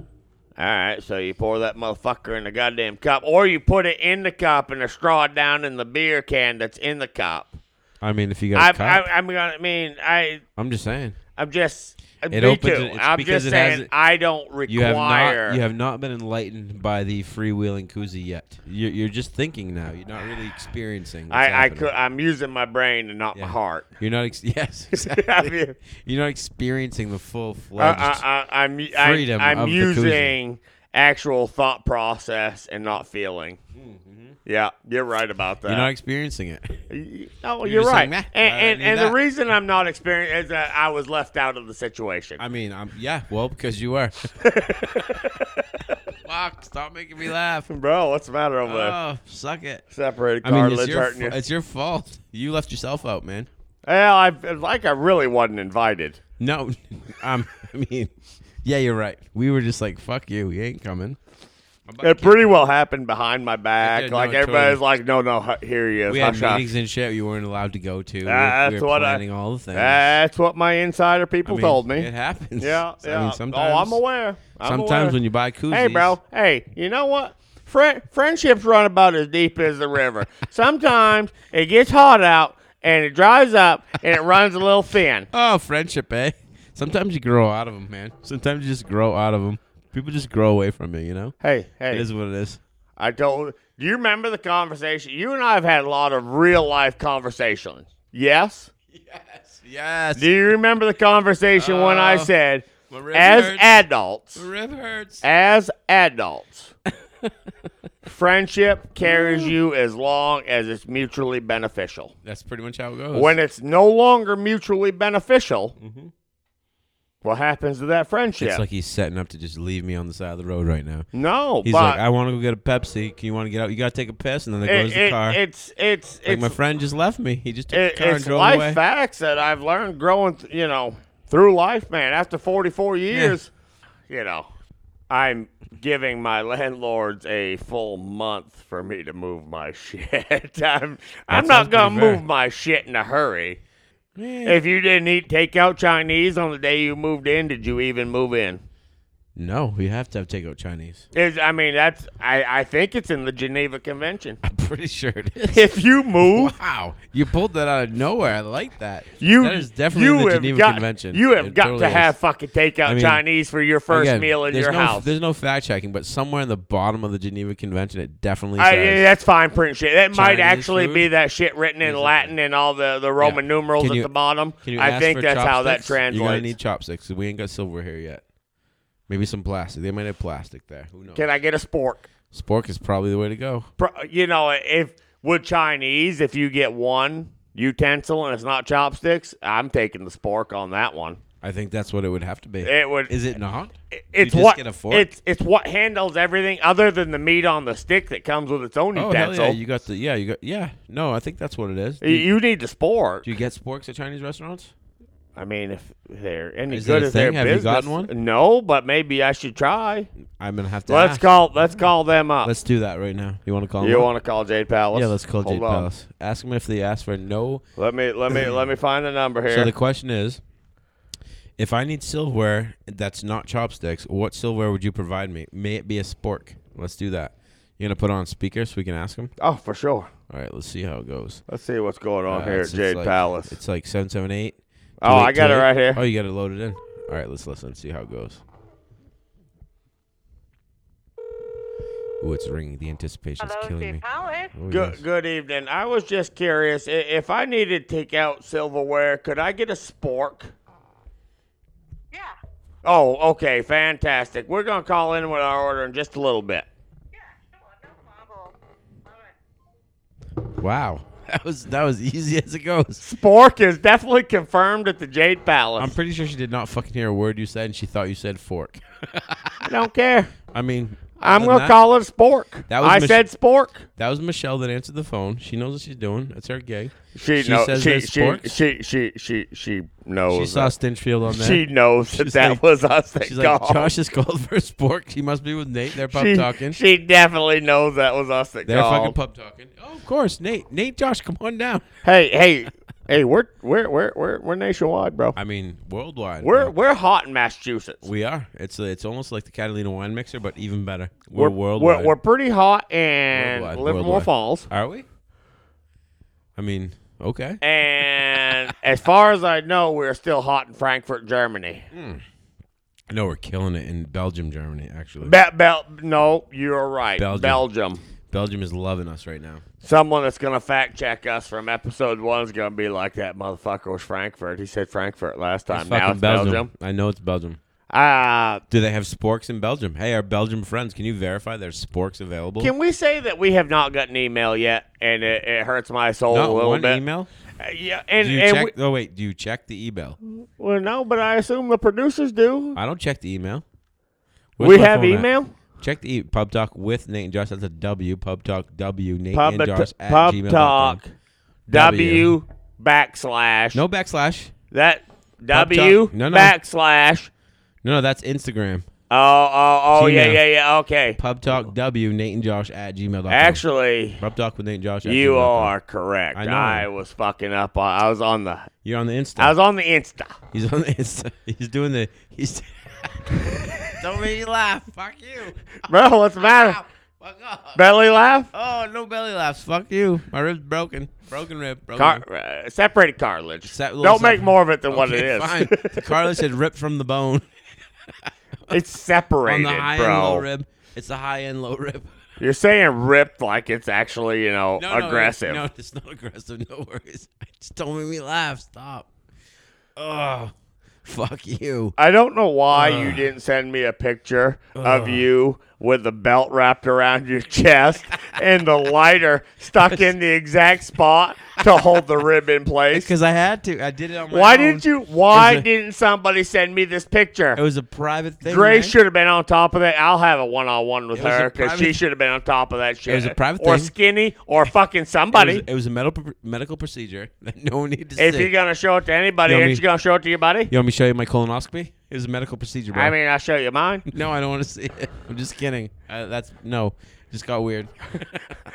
All right, so you pour that motherfucker in the goddamn cup, or you put it in the cup and a straw down in the beer can that's in the cup.
I mean, if you
I,
got a
I,
cup,
I'm gonna. I mean, I,
I'm just saying.
I'm just. uh, me
It opens
too.
it- it's
I'm
because
just
it has
saying,
it-
I don't require.
You have not. You have not been enlightened by the freewheeling koozie yet. You're, you're just thinking now. You're not really experiencing. what's
I, I
happening.
could. I'm using my brain and not my
Yeah.
heart.
You're not. Ex- yes,
I
exactly.
mean,
you're not experiencing the full
I,
fledged.
I, I, I'm.
freedom
I, I'm
of the koozie.
using actual thought process and not feeling.
Mm-hmm.
Yeah, you're right about that.
you're not experiencing it.
Y-
You're
No, Oh, you're,
just
right.
saying, "Meh,
and
I
and,
need
and the
that."
reason I'm not experiencing is that I was left out of the situation.
I mean, I'm yeah. Well, because you are. Fuck! Stop making me laugh.
Bro, what's the matter over there?
Oh, suck it.
Separated
I mean,
cartilage
it's your,
hurting
fa-
you.
it's your fault. You left yourself out, man.
Well, I like I really wasn't invited.
No, um, I mean, yeah, you're right. We were just like, fuck you. We ain't coming.
It pretty well happened behind my back.
did,
like
no,
everybody's like, no, no, hu- here he is.
We had
Hush, hush."
meetings and shit you weren't allowed to go to. We were-
Ah, That's
we were
what I-
planning all the things.
That's what my insider
I
people
mean,
told me.
It happens.
Yeah,
I
yeah.
mean, sometimes,
oh, I'm aware. I'm
sometimes
aware.
when you buy koozies.
Hey, bro. Hey, you know what? Friend, friendships run about as deep as the river. Sometimes it gets hot out and it dries up and it runs a little thin.
Oh, friendship, eh? Sometimes you grow out of them, man. Sometimes you just grow out of them. People just grow away from you, you know?
Hey,
It
hey.
is what it is.
I told. Do you remember the conversation? You and I have had a lot of real life conversations. Yes.
Yes. Yes.
Do you remember the conversation when I
Oh,
said,
my rib
as
hurts.
adults,
rib hurts.
as adults, friendship carries you as long as it's mutually beneficial.
That's pretty much how it goes.
when it's no longer mutually beneficial, what happens to that friendship?
Mm-hmm. it's like he's setting up to just leave me on the side of the road right now.
no,
He's
but
like, I want to go get a Pepsi. Can you want to get out? You got to take a piss, and then there
it-
goes the
it-
car.
it's it's
like
it's
my friend just left me. He just took
it-
the car and
it's
drove
life
away.
facts that I've learned growing, th- you know, through life, man. After 44 years, you know, I'm giving my landlords a full month for me to move my shit. I'm I'm
sounds
not gonna
pretty fair.
move my shit in a hurry.
Eh.
If you didn't eat takeout Chinese on the day you moved in, did you even move in?
No, we have to have takeout Chinese.
Is I mean that's I, I think it's in the Geneva Convention.
I'm pretty sure it is.
If you move,
wow, you pulled that out of nowhere. I like that.
you
that is definitely
you
the
have
Geneva
got,
Convention.
You have
It
got
totally
to
is.
have fucking takeout
I mean,
Chinese for your first
Again,
meal in
there's
your
no,
house.
There's no fact checking, but somewhere in the bottom of the Geneva Convention, it definitely
I,
says.
yeah, that's fine print shit. That might
Chinese
actually
food?
be that shit written in Latin and all the, the Roman numerals
Can
at
you-
the bottom.
Can you
I
ask
think
for
that's how that
chopsticks? You're gonna
translates.
need chopsticks. 'cause We ain't got silver here yet. Maybe some plastic. They might have plastic there. Who knows?
Can I get a spork?
Spork is probably the way to go.
Pro- You know, if with Chinese, if you get one utensil and it's not chopsticks, I'm taking the spork on that one.
I think that's what it would have to be.
It would
Is it not?
It's
You just
what
get a fork?
it's it's what handles everything other than the meat on the stick that comes with its own
Oh hell
utensil.
yeah! You got the yeah. You got yeah. No, I think that's what it is. Do
You-
you,
you need the sport.
do you get sporks at Chinese restaurants?
I mean, if they're any
Is it
good
a
at their
thing? Have you
business,
gotten one?
no, but maybe I should try.
I'm gonna have to.
Let's
ask.
call. Let's call them up.
Let's do that right now. You want to call?
you
them
want to call Jade Palace?
Yeah, let's call
Hold
Jade
on.
Palace. Ask them if they ask for no.
Let me let me let me find the number here.
So the question is, if I need silverware that's not chopsticks, what silverware would you provide me? May it be a spork. Let's do that. You're gonna put on speaker so we can ask them.
oh, for sure.
All right, let's see how it goes.
Let's see what's going on
Uh,
here at
it's- it's
Jade
like-
Palace.
It's like seven seven eight.
Oh, I got it right here.
Oh, you got it loaded in. All right, let's listen. See how it goes. Ooh, it's ringing. The anticipation's
Hello,
killing me.
Jay Palace.
Oh,
Good
yes.
good evening. I was just curious i- if I needed to take out silverware, could I get a spork?
Yeah,
Oh, okay, fantastic. We're gonna call in with our order in just a little bit.
yeah, sure, no problem. All right.
Wow, that was that was easy as it goes.
Spork is definitely confirmed at the Jade
I'm
Palace.
pretty sure she did not fucking hear a word you said, and she thought you said fork.
I don't care.
I mean,
I'm
other than
gonna
that-
call it a spork.
That was
I
Mich-
said spork.
That was Michelle that answered the phone. She knows what she's doing. It's her gig.
She,
She
knows.
says
she,
there's
she,
sporks?
she she she she knows.
She saw
that.
Stinchfield on there.
She knows that
She's
that
like-
was us that
she's like,
called.
Josh has called for a spork. She must be with Nate. They're pub
she,
talking.
she definitely knows that was us that
They're fucking
called.
pub talking. Oh, of course, Nate. Nate, Josh, come on down.
hey, hey, hey, we're we're we're we're, we're nationwide, bro.
I mean, worldwide.
We're
bro.
we're hot in Massachusetts.
we are. It's it's almost like the Catalina wine mixer, but even better. We're,
We're
worldwide.
We're, we're pretty hot in
Worldwide,
Livermore
worldwide.
Falls.
Are we? I mean, okay.
And as far as I know, we're still hot in Frankfurt, Germany.
No, we're killing it in Belgium, Germany. Actually,
Be- Bel- no, you're right.
Belgium.
Belgium.
Belgium is loving us right now.
Someone that's gonna fact check us from episode one is gonna be like that motherfucker was Frankfurt. He said Frankfurt last time.
It's
now
fucking
it's Belgium.
I know it's Belgium.
Uh,
Do they have sporks in Belgium? Hey, our Belgium friends, can you verify there's sporks available?
can we say that we have not got an email yet, and it, it hurts my soul
Not
a little
one
bit?
email.
Uh, yeah, and,
Do you
and
check?
we-
oh wait, do you check the email?
well, no, but I assume the producers do.
I don't check the email. Where's
We
my
have
phone at?
email.
Check the e- pub talk with Nate and Josh. That's a W. Pub talk W. Nate
Pub,
and Josh at
pub
gmail.com.
talk.
W.
W backslash.
No backslash.
That
Pub
W
talk. No, no.
backslash.
No, no, that's Instagram.
Oh, oh, oh, yeah,
Gmail.
yeah, yeah. Okay.
Pub talk W. Nate and Josh at gmail.com.
Actually,
pub talk with Nate and Josh. At
You
gmail.com.
are correct.
I know.
I, was fucking up. On, I was on the.
You're on the Insta.
I was on the Insta.
He's on the Insta. He's doing the. He's. don't make me laugh. Fuck you.
Bro, what's the matter?
Fuck off.
Belly laugh.
Oh, no belly laughs. Fuck you. My rib's broken. Broken rib. Broken
Car,
rib.
uh, separated cartilage.
Sep- little
Don't make
separ-
more of it than what it
Okay,
is.
Fine. The cartilage had ripped from the bone
it's
on
separated,
the high and low
bro.
rib. It's the high and low rib.
You're saying ripped like it's actually you know
No, no,
aggressive.
No, it's not aggressive. No worries. Just don't make me laugh. Stop. Oh, fuck you.
I don't know why you
Ugh.
didn't send me a picture of you with the belt wrapped around your chest and the lighter stuck in the exact spot to hold the rib in place.
Because I had to. I did it on my
Why
own.
didn't you? Why
Is it-
didn't somebody send me this picture?
It was a private thing.
Gray
man.
should have been on top of that. I'll have a one-on-one with
It was a
her because she
private-
should have been on top of that shit.
was a private
or
thing.
skinny or fucking
It
somebody.
was, it was a medical medical procedure that no one needed to
if
see.
you're gonna show it to anybody,
You know
ain't
me-
you gonna show it to your buddy?
you want me to show you my colonoscopy? It was a medical procedure, bro.
I mean, I'll show you mine.
No, I don't want to see it. I'm just kidding. Uh, that's no. Just got weird.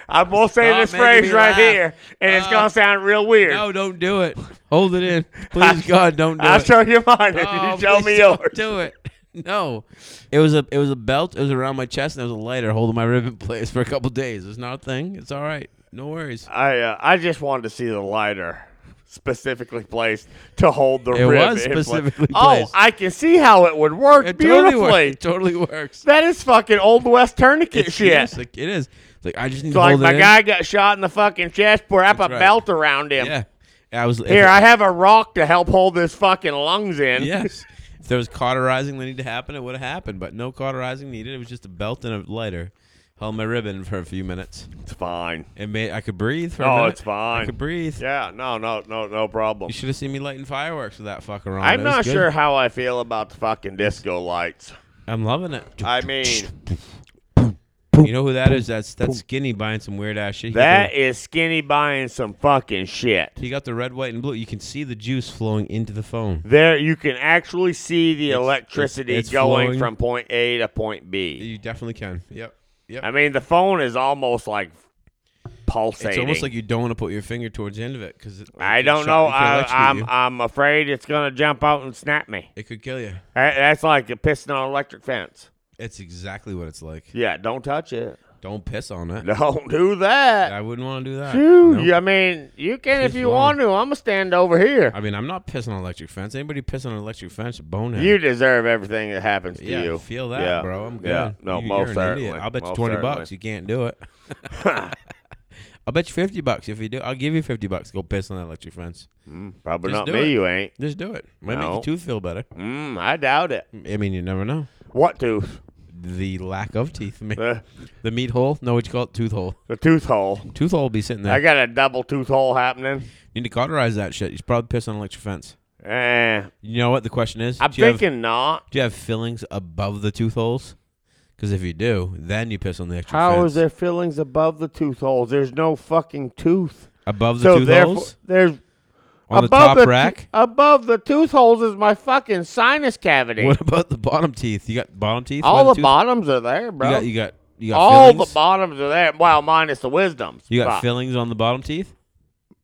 I will say
Stop
this
making
phrase
me
right
laugh.
here, and it's
Uh,
gonna sound real weird.
no, don't do it. Hold it in. Please, God, don't do
I'll
it.
show you mine if
Oh,
you show
please
me
don't
yours.
Do it. No, it was a it was a belt. It was around my chest, and there was a lighter holding my rib in place for a couple days. It's not a thing. It's all right. No worries.
I uh, I just wanted to see the lighter specifically placed to hold the
It
rib.
was
in place.
specifically
Oh,
placed.
I can see how it would work
It
beautifully.
totally works. It totally works.
That is fucking old west tourniquet
It's-
shit.
yes,
It's
like, it is. It's like I just need to
like
hold
my
it in.
guy got shot in the fucking chest, wrap
That's
a
right.
belt around him.
Yeah, I was
Here, I have a rock to help hold his fucking lungs in.
Yes. If there was cauterizing that needed to happen, it would have happened. But no cauterizing needed. It was just a belt and a lighter. Held my ribbon for a few minutes.
It's fine.
It made I could breathe for a
Oh,
minute.
it's fine.
I could breathe.
Yeah, no, no, no, no problem.
You should have seen me lighting fireworks with that fucker on.
I'm
It was
not
Oh, good.
sure how I feel about the fucking disco lights.
I'm loving it.
I mean,
You know who that is? That's that's skinny buying some weird ass shit. He got
That
the-
is skinny buying some fucking shit.
he got the red, white, and blue. You can see the juice flowing into the phone.
There, you can actually see
It's-
the
it's-
electricity
it's
going
flowing.
from point A to point B.
You definitely can. Yep. Yep.
I mean, the phone is almost like pulsating.
it's almost like you don't want to put your finger towards the end of it because
I don't know. I, I'm I'm afraid it's gonna jump out and snap me.
It could kill you.
That- That's like a pissing on an electric fence.
It's exactly what it's like.
Yeah, don't touch it.
Don't piss on it.
Don't do that.
I wouldn't want to do that.
Phew,
Nope.
you- I mean, you can if
She's
you
wrong.
want to. I'm gonna stand over here.
I mean, I'm not pissing on electric fence. Anybody pissing on electric fence, bonehead.
You deserve everything that happens to
yeah,
you.
feel that,
Yeah,
bro. I'm good.
yeah. No,
you,
most
you're an
certainly.
idiot. I'll bet you
Most
twenty
certainly.
bucks you can't do it. I'll bet you fifty bucks if you do. I'll give you fifty bucks. Go piss on that electric fence.
Mm, Probably
Just
not
do
me.
it.
You ain't.
Just do it. Might make
No.
your tooth feel better.
Mm, I doubt it.
I mean, you never know.
What tooth?
The lack of teeth. ma-
The,
The meat hole? No, what you call it? Tooth hole.
the tooth hole.
Tooth hole will be sitting there.
I got a double tooth hole happening.
need to cauterize that shit. You should probably piss on electric fence.
Eh,
You know what the question is?
I'm
do you have-
thinking not.
do you have fillings above the tooth holes? Because if you do, then you piss on the electric
How
fence.
is there fillings above the tooth holes? There's no fucking tooth.
Above the
so
tooth
therefore,
holes?
there's
On the
above
top
the
rack?
t- above the tooth holes is my fucking sinus cavity.
what about the bottom teeth? You got bottom teeth? by
All the
tooth-
bottoms are there, bro.
You got, you got, you got
All
fillings?
the bottoms are there. Well, minus the wisdoms.
you got
but
fillings on the bottom teeth?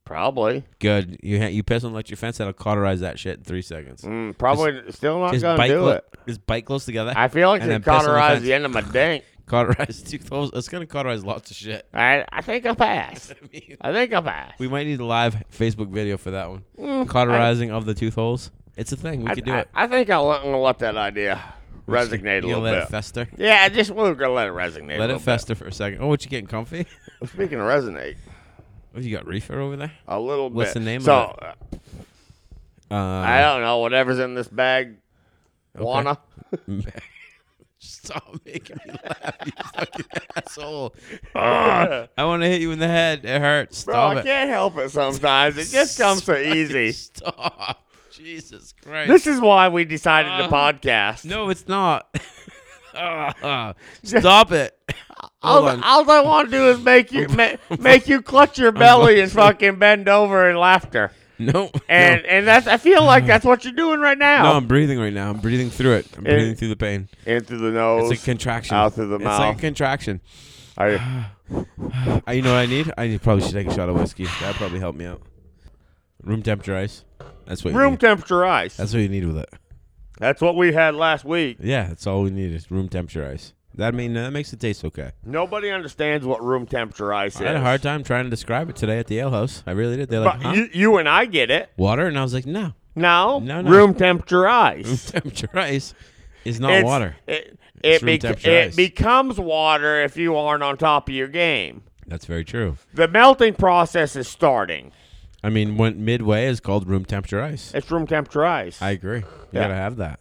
probably.
Good. You ha- you piss on electric fence, that'll cauterize that shit in three seconds.
Mm, probably still not
Just
gonna
bite
do
clo-
it.
Just bite close together.
I feel like
and
they
then piss on the
cauterized
fence.
the end of my dink.
Cauterize tooth holes. It's gonna cauterize lots of shit.
I, I think I passed.
I mean,
I think I passed.
We might need a live Facebook video for that one. Cauterizing of the tooth holes. It's a thing. We
I,
could do
I,
it.
I think I'll let, I'm gonna let that idea resonate a
You'll
little
let
bit.
it fester.
yeah, I just we're gonna let it resonate.
Let
a little
it fester for a second. Oh, what you getting comfy?
Bit. Speaking of resonate,
Oh, you got reefer over there?
a little
What's
bit.
the name of
so,
it?
uh,
Uh,
I don't know. Whatever's in this bag, wanna.
Uh, Stop making me laugh, you fucking asshole. I want to hit you in the head. It hurts.
Ah! Bro,
Stop
I
it.
can't help it sometimes. It just comes so
Fucking
easy.
Stop. Jesus Christ.
This is why we decided to
Uh,
podcast.
no, it's not. Ah, Stop it.
all,
Hold on.
all I want to do is make you ma- make you clutch your belly and fucking bend over in laughter.
No.
And and that's I feel like that's what you're doing right
no.
now.
No, I'm breathing right now. I'm breathing through it. I'm breathing through the pain.
In through the nose.
It's a contraction.
out through the
it's like
mouth.
a contraction.
I,
Uh, you know what I need? I need probably should take a shot of whiskey. That'd probably help me out. Room temperature ice. That's what you
room
need.
temperature ice. That's,
That's what you need with it.
what we had last week.
Yeah, that's all we need is room temperature ice. That mean uh, that makes it taste okay.
Nobody understands what room temperature ice is.
I had a hard time trying to describe it today at the ale house. I really did. They're like,
But
huh?
you, you and I get it.
water, and I was like, no,
No,
No, no.
room temperature
room
ice.
temperature ice is not
It's-
water.
It,
It's
it,
room
bec-
temperature ice.
it becomes water if you aren't on top of your game.
That's very true.
The melting process is starting.
I mean, when midway is called room temperature ice.
It's room temperature ice.
I agree. You
Yeah.
gotta have that.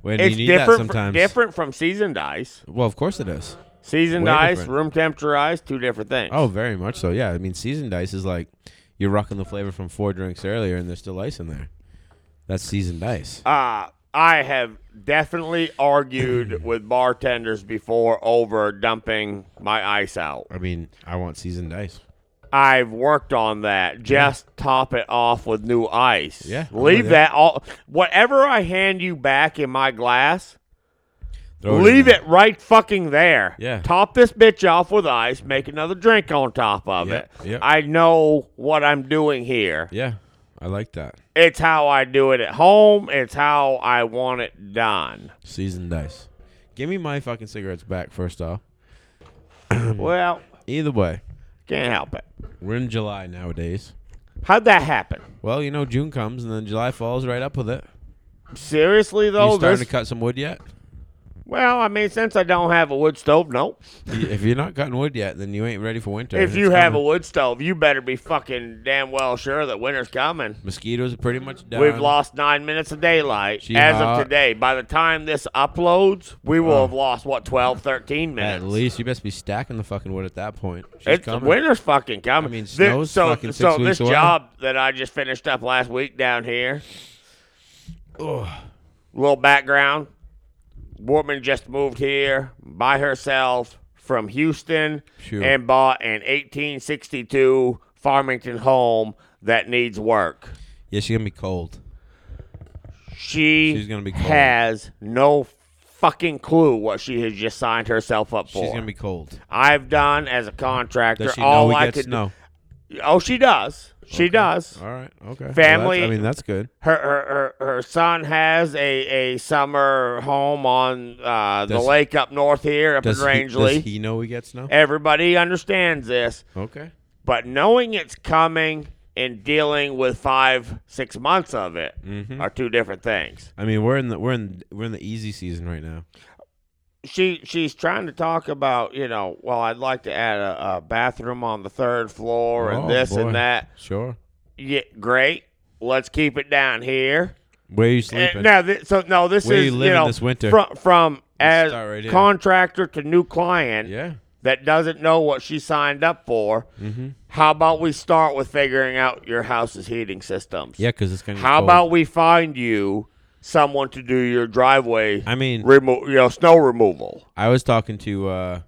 When
it's
you need that
different, fr-
sometimes.
different from seasoned ice.
Well, of course it is.
Seasoned
Way
ice,
different.
room temperature ice, two different things.
Oh, very much so. Yeah, I mean, seasoned ice is like you're rocking the flavor from four drinks earlier, and there's still ice in there. That's seasoned ice.
Uh, I have definitely argued with bartenders before over dumping my ice out.
I mean, I want seasoned ice.
I've worked on that. Just top it off with new ice.
Yeah, I'm with
Leave
you.
that all. Whatever I hand you back in my glass,
Throw in
leave
there.
it right fucking there.
Oh, Yeah.
Top this bitch off with ice. Make another drink on top of
Yep,
it.
yep.
I know what I'm doing here.
Yeah, I like that.
It's how I do it at home. It's how I want it done.
Seasoned ice. Give me my fucking cigarettes back first off.
well,
Either way,
can't help it.
we're in July nowadays.
How'd that happen?
Well, you know, June comes and then July falls right up with it.
Seriously
you
though,
starting
this,
to cut some wood yet?
well, I mean, since I don't have a wood stove, nope.
Y- if you're not cutting wood yet, then you ain't ready for winter.
If you have a wood stove, you better be fucking damn well sure that winter's coming.
mosquitoes are pretty much done.
We've lost nine minutes of daylight
She
as
hot.
of today. By the time this uploads, we will have lost, what, 12, 13 minutes?
uh, At least you best be stacking the fucking wood at that point. She's
It's
coming.
winter's fucking coming.
I mean,
Thi-
snow's
so,
fucking six
so
weeks
this
away.
job that I just finished up last week down here.
Ugh.
Little background: woman just moved here by herself from Houston
Phew.
and bought an 1862 Farmington home that needs work.
Yeah, she's gonna be cold.
She
She's gonna be cold.
has no fucking clue what she has just signed herself up for.
She's gonna be cold.
I've done as a contractor
Does she
all
know we
I
get
could
snow?
do. Oh, she does. She does.
All right. Okay. Well, that's-
Family-
I mean, that's good.
Her, her her her son has a, a summer home on uh, the
Does-
lake up north here, up
Does
in
he,
Rangeley.
does he know we get
Eh.
snow?
Everybody understands this,
Okay.
but knowing it's coming and dealing with five six months of it are two different things.
Mm-hmm. I mean, we're in the we're in we're in the easy season right now.
She she's trying to talk about you know well I'd like to add a, a bathroom on the third floor
Oh,
and this
boy.
and that.
Sure.
Yeah, great. Let's keep it down here.
Where are you
Uh,
sleeping?
now, th- so no, this
Where
is
you living
know
this winter?
from from as
start right here.
contractor to new client
Yeah.
that doesn't know what she signed up for.
Mm-hmm.
How about we start with figuring out your house's heating systems?
Yeah, because it's gonna. Be
How
cold.
about we find you someone to do your driveway
I mean,
remo- you know, snow removal?
I was talking to uh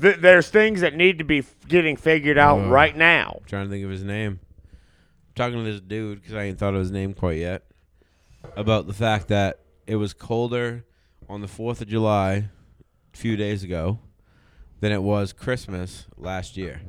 Th- there's things that need to be f- getting figured out
Ugh.
right now.
trying to think of his name. talking to this dude because I ain't thought of his name quite yet. About the fact that it was colder on the Fourth of July a few days ago than it was Christmas last year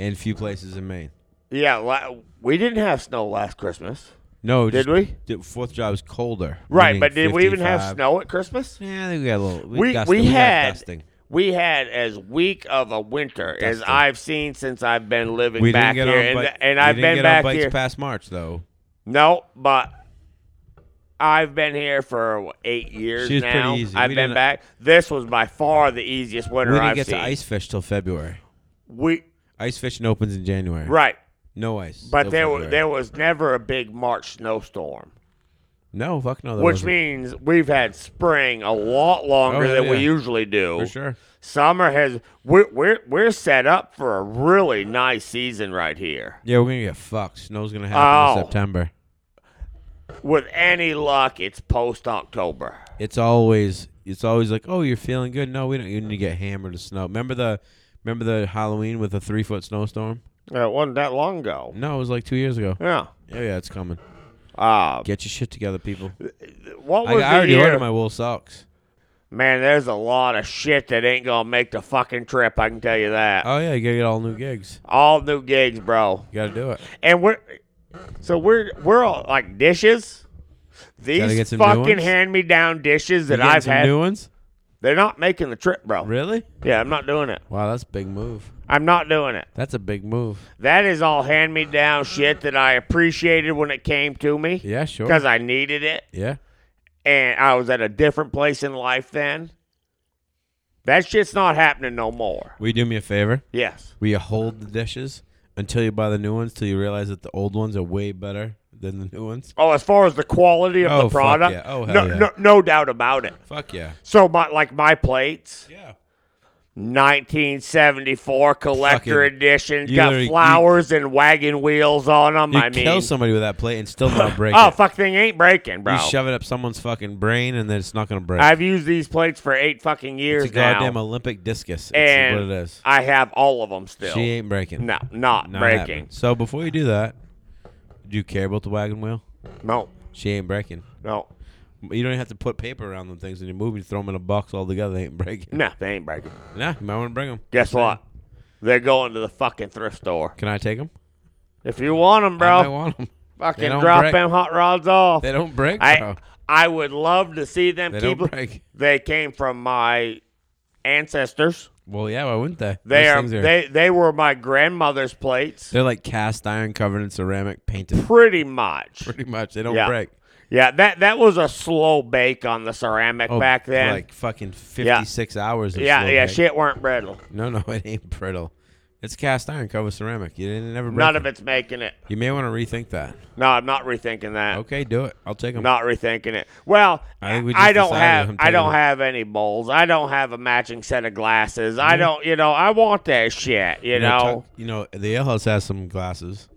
in few places in Maine.
Yeah, la- we didn't have snow last Christmas,
No,
did we?
we? Fourth of July was colder.
Right,
meaning
but did we even have
55.
snow at Christmas?
Yeah, I think we got a little.
We
dusted-
we
got
had
dusting.
we had as weak of a winter as
Dusting.
I've seen since I've been living
We
back
didn't get
here,
on
and,
bike-
and
we
I've
didn't
been
get
back
on bikes
here.
past March though.
no, but I've been here for what, eight years
She was pretty
now.
easy.
I've
We
been
didn't-
back. This was by far the easiest winter
We didn't
I've
get
seen.
to ice fish till February.
We
Ice fishing opens in January.
right,
No ice.
but
till
there was
February.
there was never a big March snowstorm.
No, fuck no. There
Which
wasn't.
means we've had spring a lot longer
Oh, yeah,
than we
yeah.
usually do.
for sure.
Summer has we're we're we're set up for a really nice season right here.
Yeah, we're gonna get fucked. Snow's gonna happen in
Ow.
September.
With any luck, it's post October.
It's always it's always like, oh, you're feeling good. No, we don't. You need to get hammered with snow. Remember the remember the Halloween with a three foot snowstorm?
It wasn't that long ago.
No, it was like two years ago.
Yeah.
Yeah, yeah, it's coming.
Uh,
Get your shit together, people.
what
I,
was
I
the
already
year?
ordered my wool socks.
Man, there's a lot of shit that ain't gonna make the fucking trip. I can tell you that.
Oh yeah, you gotta get all new gigs.
All new gigs, bro.
You gotta do it.
And we're so we're we're all like dishes.
Gotta get
These
some new
fucking
ones?
hand me down dishes
You
that
getting
I've
some
had.
new ones.
They're not making the trip, bro.
Really?
Yeah, I'm not doing it.
Wow, that's a big move.
I'm not doing it.
That's a big move.
That is all hand me down shit that I appreciated when it came to me
Yeah, sure.
because I needed it
Yeah.
and I was at a different place in life then. That shit's not happening no more.
Will you do me a favor?
Yes.
Will you hold the dishes until you buy the new ones, till you realize that the old ones are way better than the new ones?
Oh, as far as the quality of
Oh,
the
fuck
product,
yeah. Oh, hell
no,
yeah.
no, no doubt about it.
Fuck yeah.
So, my like my plates,
Yeah.
1974 collector
Fucking-
edition,
you
got
literally- you-
flowers and wagon wheels on them.
You
I mean,
kill somebody with that plate and still not break
oh
it.
fuck, thing ain't breaking, bro.
You shove it up someone's fucking brain and then it's not gonna break.
I've used these plates for eight fucking years
it's a
now.
goddamn Olympic discus. It's
and
what it is.
I have all of them still.
She ain't breaking.
no, not
Not
breaking.
happening. So before you do that, do you care about the wagon wheel?
No,
She ain't breaking.
no,
You don't even have to put paper around them things when you move. You throw them in a box all together. They ain't breaking.
no, they ain't breaking.
Nah, you might want to bring them.
Guess what? They're going to the fucking thrift store.
Can I take them?
If you want them,
I might
bro,
want them.
fucking
don't
drop
break.
them hot rods off.
They don't break, bro.
I I would love to see them
They
keep.
don't break.
They came from my ancestors.
Well, yeah, why wouldn't they?
They
Those
are,
things
they they were my grandmother's plates,
They're like cast iron covered in ceramic painted.
pretty much.
Pretty much, they don't
Yeah.
break.
Yeah, that that was a slow bake on the ceramic
Oh,
back then.
like fucking fifty-six hours. Of
yeah,
slow
yeah,
bake.
shit weren't brittle.
No, no, it ain't brittle. It's cast iron covered ceramic. You didn't never break.
None
it.
of it's making it.
You may want to rethink that.
No, I'm not rethinking that.
Okay, do it. I'll take them.
Not rethinking it. Well,
I think we
I
just
don't
decided
have
I'm
I don't
taking it.
have any bowls. I don't have a matching set of glasses. I don't, you know, I want that shit. You, know,
you know, the alehouse has some glasses.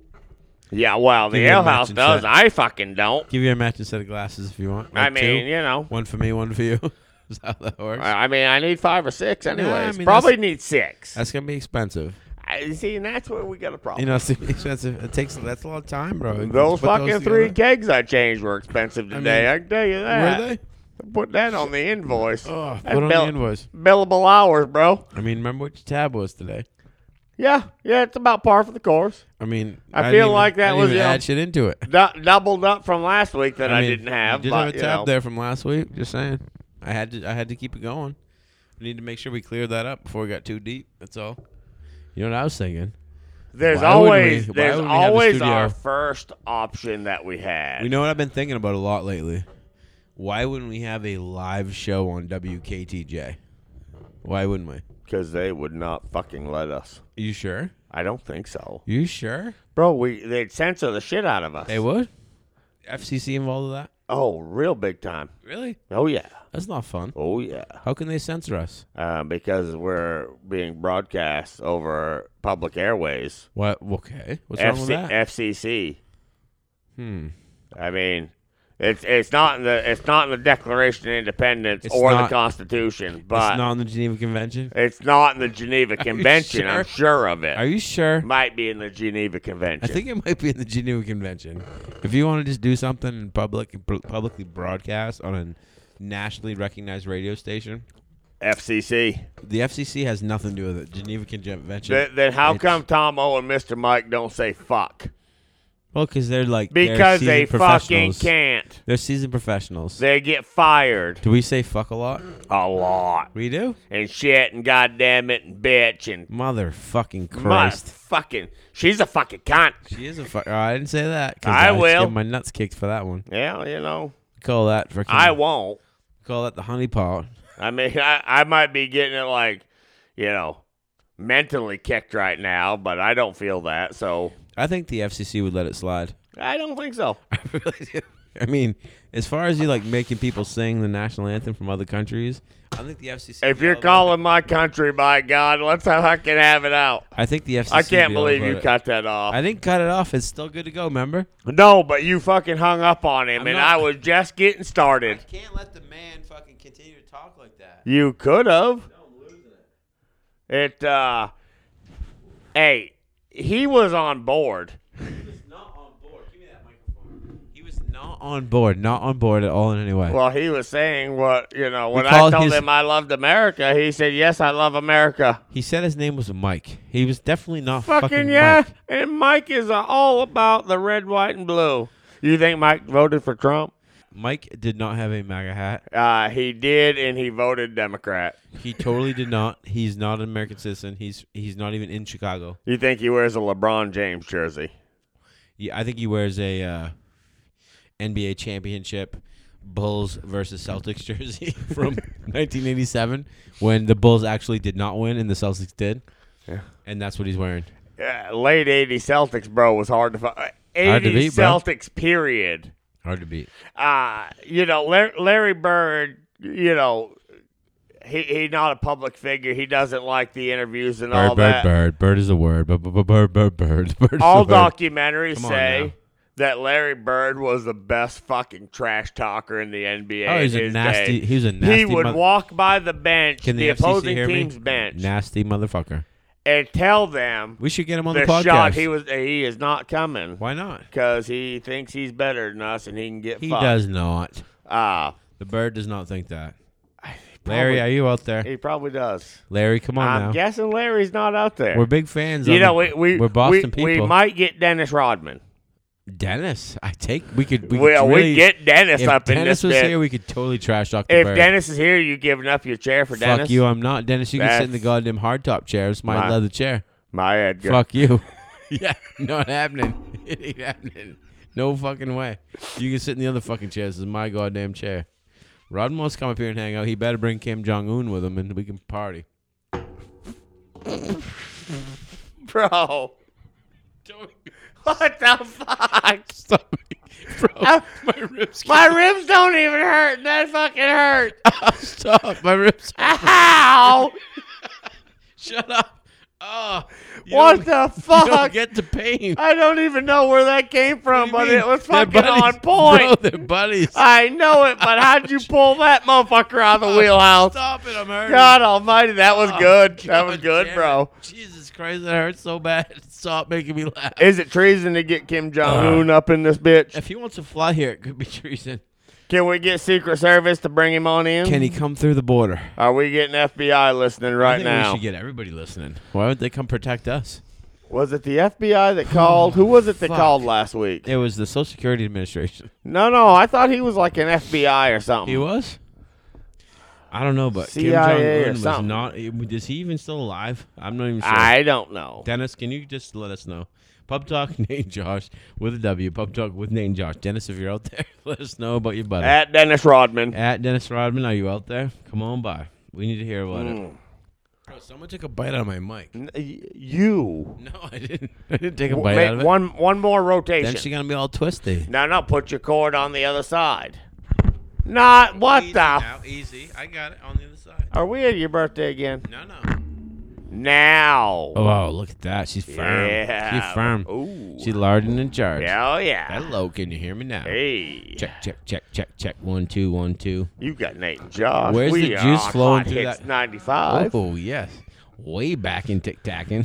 yeah. Well, the
Give me a
ale house
matching
does.
set.
I fucking don't.
Give you a matching set of glasses if you want.
I
Like two.
mean, you know,
one for me, one for you. Is that how that works?
I I mean, I need five or six, anyways.
I mean,
Probably need six.
That's gonna be expensive.
I, see, and that's where we got a problem.
You know, it's gonna be expensive. It takes that's a lot of time, bro. You
those
put
fucking three
together.
kegs I changed were expensive
mean,
today. I, can tell you that.
Were they?
Put that on the invoice.
Oh,
That's
put on
bill-
the invoice.
Billable hours, bro.
I mean, remember what your tab was today.
Yeah, yeah, it's about par for the course.
I mean,
I
didn't
feel
even-
like that
I didn't
was,
even
you know,
add shit into it.
Du- doubled up from last week that I,
mean,
didn't have.
You did
but,
have a
you
tab
know.
there from last week. Just saying, I had to. I had to keep it going. We need to make sure we clear that up before we got too deep. That's all. You know what I was thinking?
There's
Why would we-
always
why
there's
would we have a
always
studio?
our first option that we had.
You know what I've been thinking about a lot lately? Why wouldn't we have a live show on WKTJ? Why wouldn't we?
because they would not fucking let us.
You sure?
I don't think so,
You sure?
bro. We they'd censor the shit out of us.
They would? FCC involved with that?
oh, real big time.
Really?
Oh yeah,
That's not fun.
oh yeah.
How can they censor us?
Uh, because we're being broadcast over public airways.
What? Okay. What's wrong with
FC,
that?
FCC.
Hmm.
I mean, it's it's not in the it's not in the Declaration of Independence
It's
or
not-
the Constitution, but
it's not on the Geneva Convention.
It's not in the Geneva Convention. I'm sure of it.
Are you sure?
Might be in the Geneva
I
Convention.
think it might be in the Geneva Convention. If you want to just do something in public, pu- publicly broadcast on a nationally recognized radio station,
FCC.
the FCC has nothing to do with it. Geneva Convention.
Then, then how
It's-
come Tom O and Mr. Mike don't say fuck?
Well, because they're like they're
Because they
seasoned
fucking
professionals.
can't.
They're seasoned professionals.
They get fired
do we say fuck a lot?
a lot
We do.
and shit and goddamn it and bitch and
Motherfucking Christ.
motherfucking. She's a fucking cunt.
She is a fuck. Oh, I didn't say that. 'cause
I
just
will.
Get my nuts kicked for that one.
Yeah, you know.
Call that freaking.
I won't.
call that the honey pot.
I mean, I, I might be getting it like, you know, mentally kicked right now, but I don't feel that. So
I think the FCC would let it slide.
I don't think so.
I really do. I mean, as far as you like making people sing the national anthem from other countries, I think the FCC.
If
would
you're
all-
calling my country, by God, let's have I can have it out.
I think the FCC.
I
would
can't
be all
believe
about
you
it.
cut that off.
I didn't cut it off. It's still good to go. Remember.
no, but you fucking hung up on him,
I'm
and
not-
I was just getting started.
can't let the man fucking continue to talk like that.
You could have. It. uh Hey, he was on board.
He was not on board. Give me that microphone. He was not on board. Not on board at all in any way.
Well, he was saying what you know. When I
called
told
his-
him I loved America, he said, "Yes, I love America."
he said his name was Mike. He was definitely not
Fucking,
fucking,
yeah.
Mike.
And Mike is uh, all about the red, white, and blue. You think Mike voted for Trump?
Mike did not have a MAGA hat.
Uh, he did, and he voted Democrat.
He totally did not. He's not an American citizen. He's he's not even in Chicago.
You think he wears a LeBron James jersey?
Yeah, I think he wears a uh, NBA championship Bulls versus Celtics jersey from 1987 when the Bulls actually did not win and the Celtics did.
Yeah.
And that's what he's wearing.
Uh, late '80s Celtics, bro, was hard to find.
Hard to
'80s
beat, bro.
Celtics, period.
Hard to beat.
Uh, you know, Lar- Larry Bird. You know, he he not a public figure. He doesn't like the interviews and all
Bird, bird,
that.
bird. Bird is a word. Bird, bird, bird, bird. bird, bird is
All
a word.
documentaries
Come on now.
say that Larry Bird was the best fucking trash talker in the NBA.
Oh, he's
in
a
his
nasty.
day.
He was a nasty.
he would
moth-
walk by the bench,
Can the, FCC
opposing
hear me?
team's bench,
Nasty motherfucker.
and tell them
We should get him on the,
the,
podcast.
shot he was he is not coming
Why not?
because he thinks he's better than us and he can get
He
fucked.
does not.
Ah,
The bird does not think that. Larry, are you out there?
he probably does.
Larry, come on
I'm
now.
guessing Larry's not out there.
We're big fans.
you
on
know,
the-
we, we
we're Boston
we,
people.
We might get Dennis Rodman.
Dennis, I take. We could. We
Well,
could really,
we get Dennis
If
up in
Dennis
this
was
bit.
here, we could totally trash talk the
If
bird.
Dennis is here, you giving up your chair for
Fuck
Dennis?
you, I'm not Dennis. You can sit in the
That's-
goddamn hardtop chair. It's my,
My-
leather chair.
My Edgar.
Fuck you. yeah, not happening. It ain't happening. No fucking way. You can sit in the other fucking chairs. This is my goddamn chair. Rodman wants to come up here and hang out. He better bring Kim Jong Un with him, and we can party.
bro. What the fuck?
Stop me, bro.
Ah.
My ribs.
My ribs don't even hurt. and That fucking hurt.
Stop. My ribs.
Ow!
Shut up. Oh, you don't-
what the
You don't
fuck?
get the pain.
I don't even know where that came from,
What
but
do you
it
mean?
was
They're
fucking on
buddies. Bro,
point. Ah.
they're buddies.
I know it, but how'd you pull that motherfucker out of the wheelhouse?
Stop it! I'm hurting.
God almighty, that was
Oh,
good. That was
God
good,
damn
bro.
it. Jesus Christ, that hurts so bad. Stop making me laugh.
Is it treason to get Kim Jong Un up in this bitch?
Uh, if he wants to fly here, it could be treason.
Can we get Secret Service to bring him on in?
Can he come through the border?
Are we getting FBI listening
I
right
think
now?
we should get everybody listening. Why would they come protect us?
was it the FBI that called? Who was it that
Fuck.
called last week?
It was the Social Security Administration.
No, no, I thought he was like an FBI or something.
He was. I don't know, but Kim Jong
CIA or
Un was
something.
not. Is he even still alive? I'm not even sure.
I don't know.
Dennis, can you just let us know? Pub Talk, Nate Josh with a W. Pub Talk with Nate Josh. Dennis, if you're out there, let us know about your buddy. At,
At Dennis Rodman.
Dennis Rodman, are you out there? Come on by. We need to hear about
Hmm.
it. Bro, someone took a bite out of my mic.
Mm. N- y- You.
No, I didn't. I didn't take a
W-
bite
make
out of it.
one one more rotation.
then she's gonna be all twisty.
No, no, put your cord on the other side. Not what the. F- Oh.
easy. I got it on the other side.
Are we at your birthday again?
No, no.
Now.
Oh, wow, look at that. She's firm.
Yeah.
She's firm.
Ooh.
She's large and in charge.
Hell yeah.
Hello, can you hear me now?
Hey.
Check, check, check, check, check. One, two, one, two.
You got Nate and Josh.
Where's
we
the
are
juice
on
flowing
Hot
through
Hits
that-
95.
Oh yes, way back in tic tacking.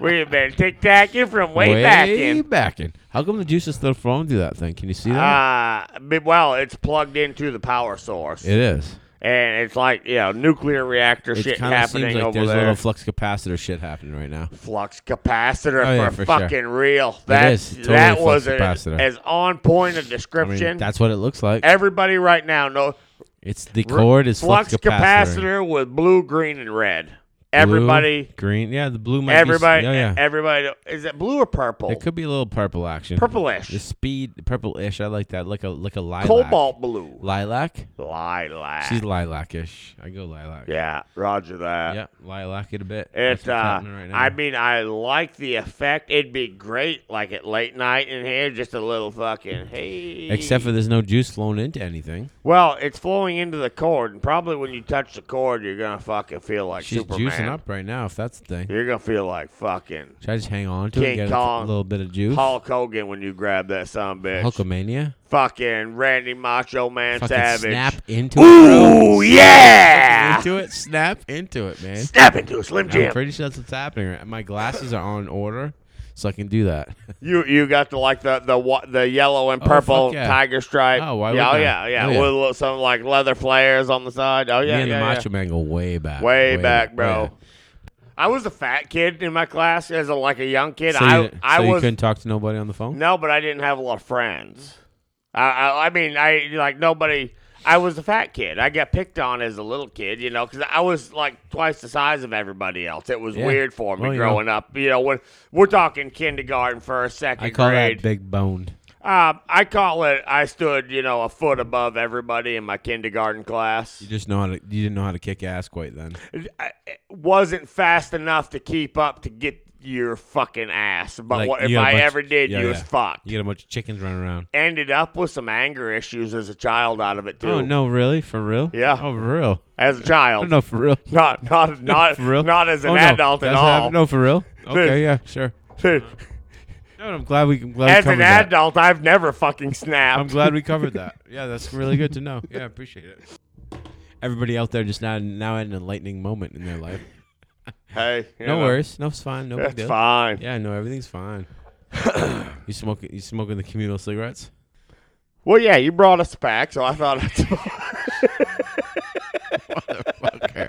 We've been tic tacking from way, back in.
backing. How come the juice is still flowing through that thing? Can you see that?
Uh, but- well, it's plugged into the power source,
it is.
and it's like you know nuclear reactor
It
shit
kind of
happening
seems like
over
there's a
there.
little flux capacitor shit happening right now.
flux capacitor
Oh, yeah,
for,
for sure.
fucking real. That
is totally
that
flux
was a-
capacitor.
as on point a
I mean,
description.
that's what it looks like.
Everybody right now know
It's the cord is flux,
flux capacitor with blue, green, and red. Everybody,
Blue, green. Yeah, the blue might
everybody,
Be, oh, yeah, yeah.
everybody. Is it blue or purple?
It could be a little purple action.
Purplish.
The speed purple-ish. I like that. Like a like a lilac.
Cobalt blue.
Lilac.
Lilac.
She's lilac-ish. I go lilac.
yeah, roger that.
Yeah, lilac it a bit. That's
It's
what's
uh,
happening right now.
I mean, I like the effect. It'd be great, like at late night in here, just a little fucking hey.
Except for there's no juice flowing into anything.
well, it's flowing into the cord, and probably when you touch the cord, you're gonna fucking feel like
She's
Superman.
juicing up right now, if that's the thing.
You're gonna feel like fucking
Should I just hang on to it
King
and get a
Kong.
th- little bit of juice?
Hulk Hogan when you grab that son of a bitch.
Hulkamania?
Fucking Randy Macho Man
Fucking
Savage.
snap into
Ooh,
it.
yeah!
Bro. Snap into it. Snap into it, man.
Snap into a Slim
I'm
Jim.
pretty sure that's what's happening. Right? My glasses are on order, so I can do that.
You you got the like the the wa- the yellow and
Oh,
purple
fuck yeah.
tiger stripe.
Oh, why
yeah,
wouldn't
yeah,
I?
yeah,
Oh, yeah.
With a little, some like leather flares on the side. Oh yeah,
Me and
yeah,
the
yeah.
Macho Man go way back.
Way, back, bro.
Yeah.
I was a fat kid in my class as a like a young kid.
So,
I
you,
I
so you
was
couldn't talk to nobody on the phone?
no, but I didn't have a lot of friends. I, I I mean I like nobody. I was a fat kid. I got picked on as a little kid, you know, because I was like twice the size of everybody else. It was
Yeah.
weird for me
Well, you know.
growing up. You know, when we're talking kindergarten, first, second
I call
grade.
that big boned.
Um, I call it. I stood, you know, a foot above everybody in my kindergarten class.
You just know how to, you didn't know how to kick ass quite then.
I, it wasn't fast enough to keep up to get your fucking ass. But
Like,
what,
you
if
got a
I
bunch-
ever did,
yeah,
you
yeah.
was fucked.
You get a bunch of chickens running around.
Ended up with some anger issues as a child out of it too.
Oh no, really? For real?
Yeah.
Oh, for real?
As a
Oh
child,
no, for real?
not not not
for real?
not as an
Oh, no.
adult at
That's
all.
hap- No, for real? Okay, yeah, sure. No, I'm glad we. I'm glad
as
we
an
covered that.
adult, I've never fucking snapped.
I'm glad we covered that. Yeah, that's really good to know. Yeah, I appreciate it. Everybody out there just now now had an enlightening moment in their life.
hey, you
No
know,
worries. No, it's fine. No big
That's
deal.
fine.
Yeah, no, everything's fine. you smoking? You smoking the communal cigarettes?
Well, yeah, you brought us back, so I thought. I'd
Okay.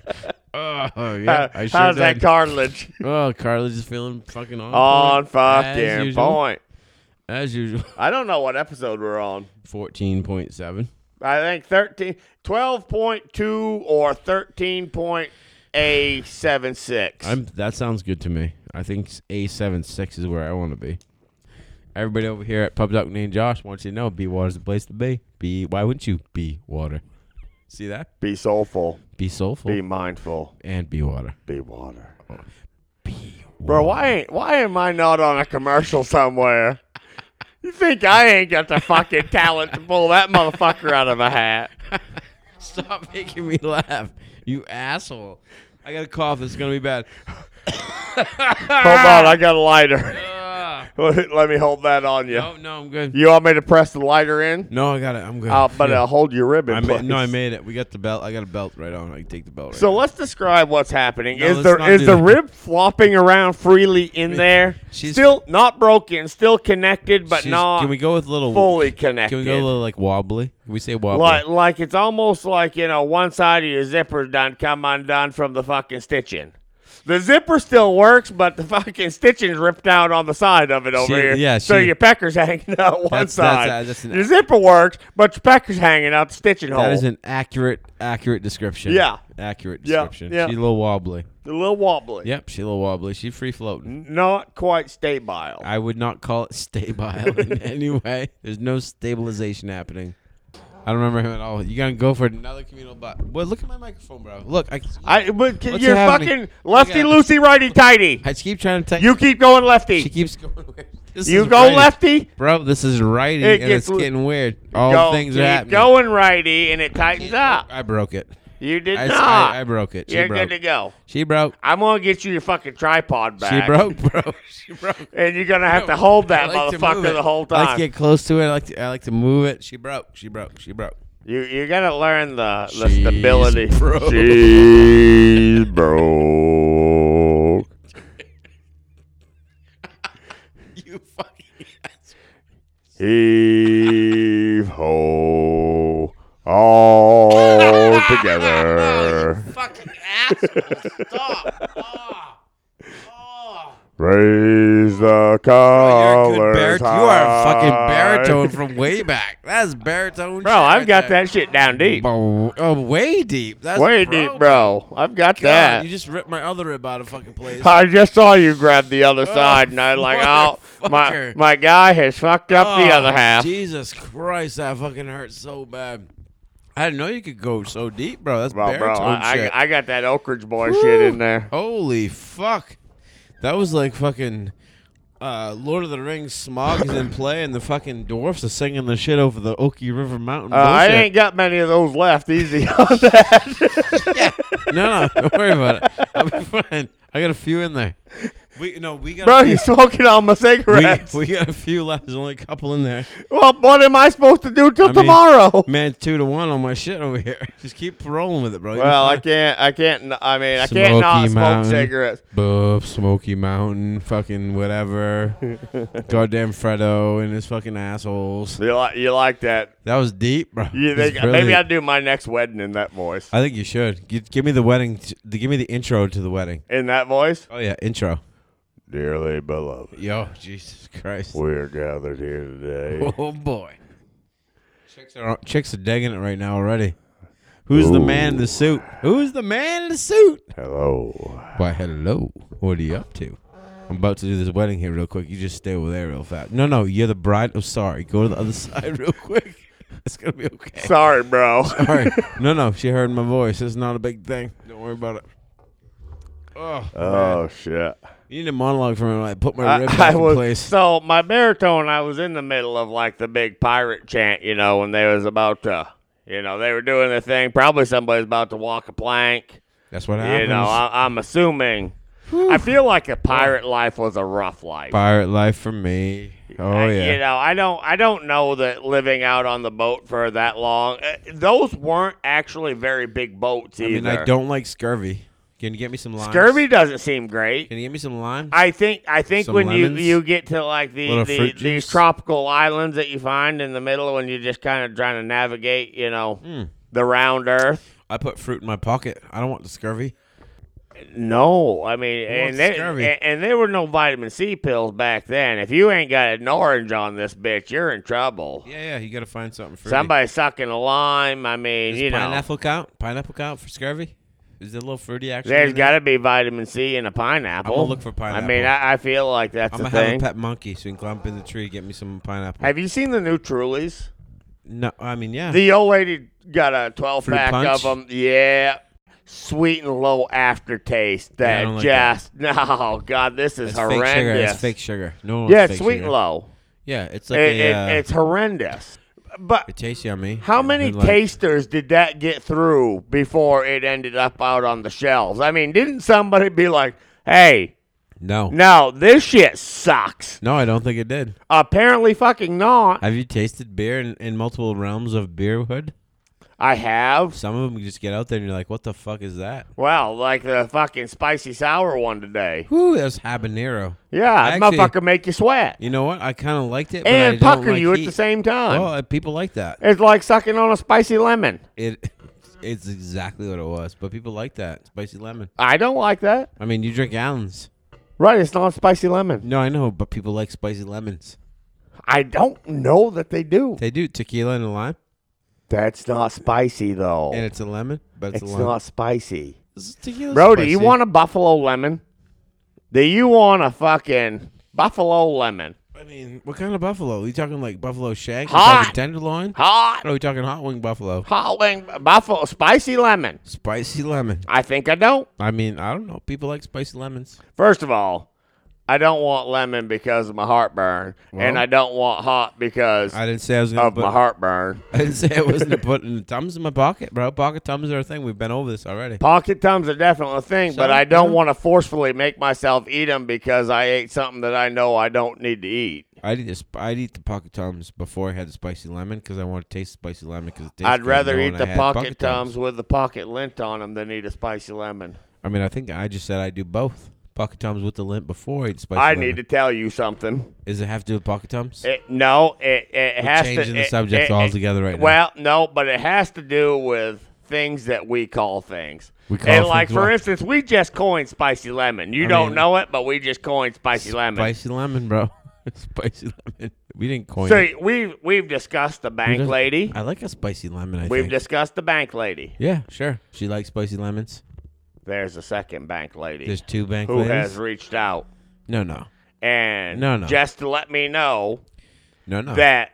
oh yeah,
Uh,
I sure
How's that
did.
cartilage?
oh, Carly is feeling fucking on.
On
point, as
fucking
usual,
point.
As usual,
I don't know what episode we're on.
fourteen point seven.
I think 13, 12.2 or 13.876.
I'm. That sounds good to me. I think A 76 is where I want to be. Everybody over here at Pub Duck named Josh wants you to know B Water's the place to be. Be why wouldn't you be water? See that?
be soulful,
Be soulful
be mindful,
and be water.
be water.
Be
Bro, why ain't, why am I not on a commercial somewhere? You think I ain't got the fucking talent to pull that motherfucker out of a hat?
Stop making me laugh, you asshole! I got a cough. It's gonna be bad.
Hold on, I got a lighter.
Ah.
Let me hold that on you.
No, no, I'm good.
You want me to press the lighter in?
No, I got it. I'm good.
Uh, but
Yeah.
uh, hold your ribbon.
I ma-
please.
no, I made it. We got the belt. I got a belt right on. I can take the belt. Right
So
now.
let's describe what's happening.
No,
is
let's
there
not
is
do
the
that.
rib flopping around freely in there?
She's-
still not broken, still connected, but
She's-
not
Can we go with a little
fully
Can
connected.
we go a little like wobbly? Can we say wobbly?
like, like it's almost like you know one side of your zipper's done come undone from the fucking stitching. The zipper still works, but the fucking stitching's ripped out on the side of it over
She-
here.
yeah,
so
she-
your pecker's hanging out one
That's- that's-
side.
uh, that's an-
your zipper works, but your pecker's hanging out the stitching hole.
that is an accurate, accurate description.
Yeah.
Accurate
Yeah,
description.
yeah.
She's a little wobbly.
a little wobbly.
Yep, she's a little wobbly. She's free floating.
Not quite stable.
I would not call it stable in any way. There's no stabilization happening. I don't remember him at all. You gotta go for another communal bot. Well, look at my microphone, bro. Look, I,
I but c-
What's
you're
happening?
fucking lefty
got-
loosey righty tighty.
I just keep trying to text.
You keep going
she
lefty.
keeps going. weird. This
You
is
go
righty.
lefty.
bro. This is righty,
It
and
gets
it's
w-
getting weird. All
go,
things
keep
are happening.
going righty, and it tightens up.
I broke it.
You did
I,
not.
I, I broke it. She
you're
broke.
good to go.
She broke.
I'm gonna get you your fucking tripod back.
She broke, bro. She broke.
and you're gonna have
No,
to hold that
I like to
motherfucker
move it.
the whole
I
time.
like to get close to it. I like to. I like to move it. She broke. She broke. She broke.
you you gotta learn the, the
She's
stability.
broke.
She's broke.
You fucking.
Heave ho.
Oh,
All together.
Fucking asshole! Stop! Oh, oh.
Raise the
You're
collar.
a good baritone. You are a fucking baritone from way back. That's baritone.
Bro,
shit
I've
right
got
there.
that shit down deep.
Bo- Oh, way deep. That's
Way
bro.
deep, bro. I've got
God,
that.
You just ripped my other rib out of fucking place.
I just saw you grab the other side, and I was like, oh, my,
Oh, motherfucker.
my guy has fucked up the
Oh,
other half.
Jesus Christ, that fucking hurts so bad. I didn't know you could go so deep, bro. That's
Bro, bro,
baritone
I,
shit.
I, I got that Oak Ridge boy shit in there.
Holy fuck, that was like fucking uh, Lord of the Rings. Smog is in play, and the fucking dwarfs are singing the shit over the Oki River Mountain.
Uh, I
bullshit.
ain't got many of those left. Easy on that.
No, no, don't worry about it. I'll be fine. I got a few in there. We no, we got a
Bro, you
few.
smoking on my cigarettes.
We, we got a few left. There's only a couple in there.
well, what am I supposed to do till
I mean-
tomorrow?
Man, two to one on my shit over here. Just keep rolling with it, bro. You'll be
Well, I
fine.
can't. I can't. n- I mean, I can't not
Smoky
smoke
Mountain.
cigarettes.
Bub, Smoky Mountain, fucking whatever. Goddamn Fredo and his fucking assholes.
You like, you like that?
That was deep, bro.
You
It was
think,
really-
maybe I'll do my next wedding in that voice.
I think you should. Gi- give me the wedding. t- the- give me the intro to the wedding.
In that voice,
Oh yeah, intro.
dearly beloved,
Yo, Jesus Christ.
we are gathered here today.
Oh boy. Chicks are chicks are digging it right now already. Who's the man in the suit? Who's the man in the suit?
Hello.
Why, hello. What are you up to? I'm about to do this wedding here real quick. You just stay over there real fast. No, no, you're the bride. Oh, sorry. Go to the other side real quick. It's gonna be okay.
Sorry, bro.
Sorry. No, no, she heard my voice. It's not a big thing. Don't worry about it. Oh,
Oh shit.
you need a monologue from me. when I put my rib
I, I
back in
was
place.
so my baritone. I was in the middle of like the big pirate chant, you know, when they was about to, you know, they were doing their thing. Probably somebody's about to walk a plank.
That's what happens.
You know, I, I'm assuming. I feel like a pirate life was a rough life.
Pirate life for me. Oh
I-
yeah.
You know, I don't I don't know that living out on the boat for that long. Uh, those weren't actually very big boats
I
either.
mean, I don't like scurvy. Can you get me some lime?
Scurvy doesn't seem great.
Can you get me some lime?
I think I think
Some
when
lemons?
you you get to like the,
Little
the
fruit
these
juice?
tropical islands that you find in the middle when you're just kind of trying to navigate, you know,
Mm.
the round earth.
I put fruit in my pocket. I don't want the scurvy.
No, I mean,
wants
and there,
scurvy?
and, and there were no vitamin C pills back then. If you ain't got an orange on this bitch, you're in trouble.
Yeah, yeah. You gotta find something fruity.
Somebody sucking a lime. I mean,
Does
you know,
pineapple count? Pineapple count for scurvy? Is it a little fruity action?
There's
in there?
got to be vitamin C in a pineapple.
I'm gonna look for
I
pineapple.
mean, I, I feel like that's
I'm
the
gonna
thing.
have a pet monkey so he can climb up in the tree and get me some pineapple.
Have you seen the new Trulies?
no, I mean yeah.
The old lady got a 12
Fruit
pack of
punch?
them. Yeah. Sweet and low aftertaste
Yeah, I
that
don't like that.
just, no, God, this is
It's fake sugar.
horrendous.
It's fake sugar. No, one
yeah,
wants
it's
fake
sweet
sugar.
and low.
Yeah, it's like
It-
a.
it-
uh,
it's horrendous. But
it tastes yummy.
How
And
many
then, like,
tasters did that get through before it ended up out on the shelves? I mean, didn't somebody be like, "Hey,
No.
No, this shit sucks.
No, I don't think it did.
Apparently, fucking not.
Have you tasted beer in, in multiple realms of beerhood?
I have.
Some of them you just get out there and you're like, what the fuck is that?
Well, like the fucking spicy sour one today.
Whew, that's habanero.
Yeah, that
Actually-
motherfucker make you sweat
You know what? I kind of liked it. But I
and
don't
pucker
like
you at
heat.
the same time.
Well, uh, people like that.
it's like sucking on a spicy lemon.
It, it's exactly what it was. But people like that spicy lemon.
I don't like that.
I mean, you drink gallons.
Right, it's not spicy lemon.
No, I know, but people like spicy lemons.
I don't know that they do.
They do tequila and a lime,
That's not spicy though.
and it's a lemon, but it's,
it's
a lime.
not spicy.
It's tequila.
Bro, do you want a buffalo lemon? Do you want a fucking buffalo lemon?
I mean, what kind of buffalo? you talking like buffalo shank? You
Hot.
talking tenderloin?
Hot,
Or are we talking hot wing buffalo?
hot wing buffalo, spicy lemon.
Spicy lemon.
I think I don't.
I mean, I don't know. People like spicy lemons.
First of all, I don't want lemon because of my heartburn, and
Well.
I don't want hot because
I didn't say I was gonna
of
put.
my heartburn.
I didn't say I wasn't putting tums in my pocket, bro. Pocket tums are a thing. We've been over this already.
Pocket tums are definitely a thing, but
So,
I don't
yeah.
want to forcefully make myself eat them because I ate something that I know I don't need to eat.
I'd eat, the sp- I'd eat the pocket tums before I had the spicy lemon because I want to taste the spicy lemon because it tastes
I'd
good
rather
knowing
eat
I
the
had
pocket, tums with the pocket lint on them than eat a spicy lemon.
I mean, I think I just said I do both. Pocket tums with the lint before I eat spicy
I
lemon.
need to tell you something.
Does it have to do with pocket tums?
It, no, it, it
We're
has to.
changing the
it-
subjects
it-
altogether right now.
well, no, but it has to do with things that we call things.
We call
and
things
like for
what?
instance, we just coined spicy lemon. You
I
don't
mean-
know it, but we just coined spicy lemon.
Spicy lemon, bro. spicy lemon. We didn't coin
So
it.
we've we've discussed the
We
bank
just-
lady.
I like a spicy lemon. I
We've
think.
discussed the bank lady.
yeah, sure. She likes spicy lemons.
There's a second bank lady
There's two bank
who
ladies.
has reached out
no, no,
and
No, Oh. no.
just to let me know
no, no.
that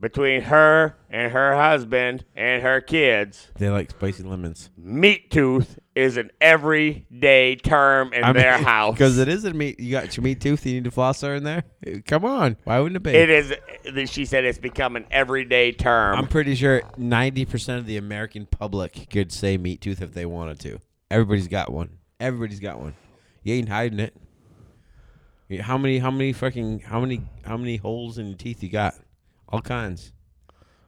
between her and her husband and her kids,
they like spicy lemons.
meat tooth is an everyday term in their house.
because it is a meat. You got your meat tooth. You need a flosser in there. Come on, why wouldn't it be?
It is. th- She said it's become an everyday term.
I'm pretty sure 90% of the American public could say meat tooth if they wanted to. Everybody's got one. Everybody's got one. You ain't hiding it. Yeah, How many how many fucking how many how many holes in your teeth you got? All kinds.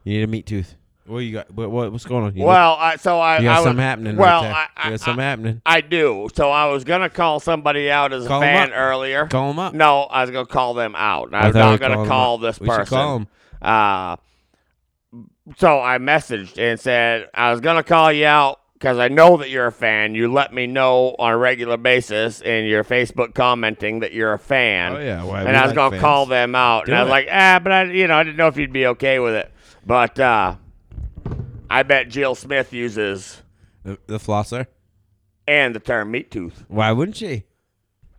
You need a meat tooth. What you got? What, what what's going on? You look-
well, I, so I.
you got
I was-
something happening
Well,
right there.
I, I,
you got something
I,
happening.
I do. So I was gonna call somebody out as
Call
a
'em
fan
up.
earlier.
Call him up.
No, I was gonna call them out. I,
I
was
thought we
not
were
gonna
calling
call
them up.
this
We
person.
should call
Uh, so I messaged and said I was gonna call you out because I know that you're a fan. You let me know on a regular basis in your Facebook commenting that you're a fan.
Oh yeah, why,
and
we
I was
like
gonna
fans.
call them out,
Do
and I was
it.
like, ah, but I, you know, I didn't know if you'd be okay with it. But uh, I bet Jill Smith uses
the, the flosser.
and the term meat tooth.
Why wouldn't she?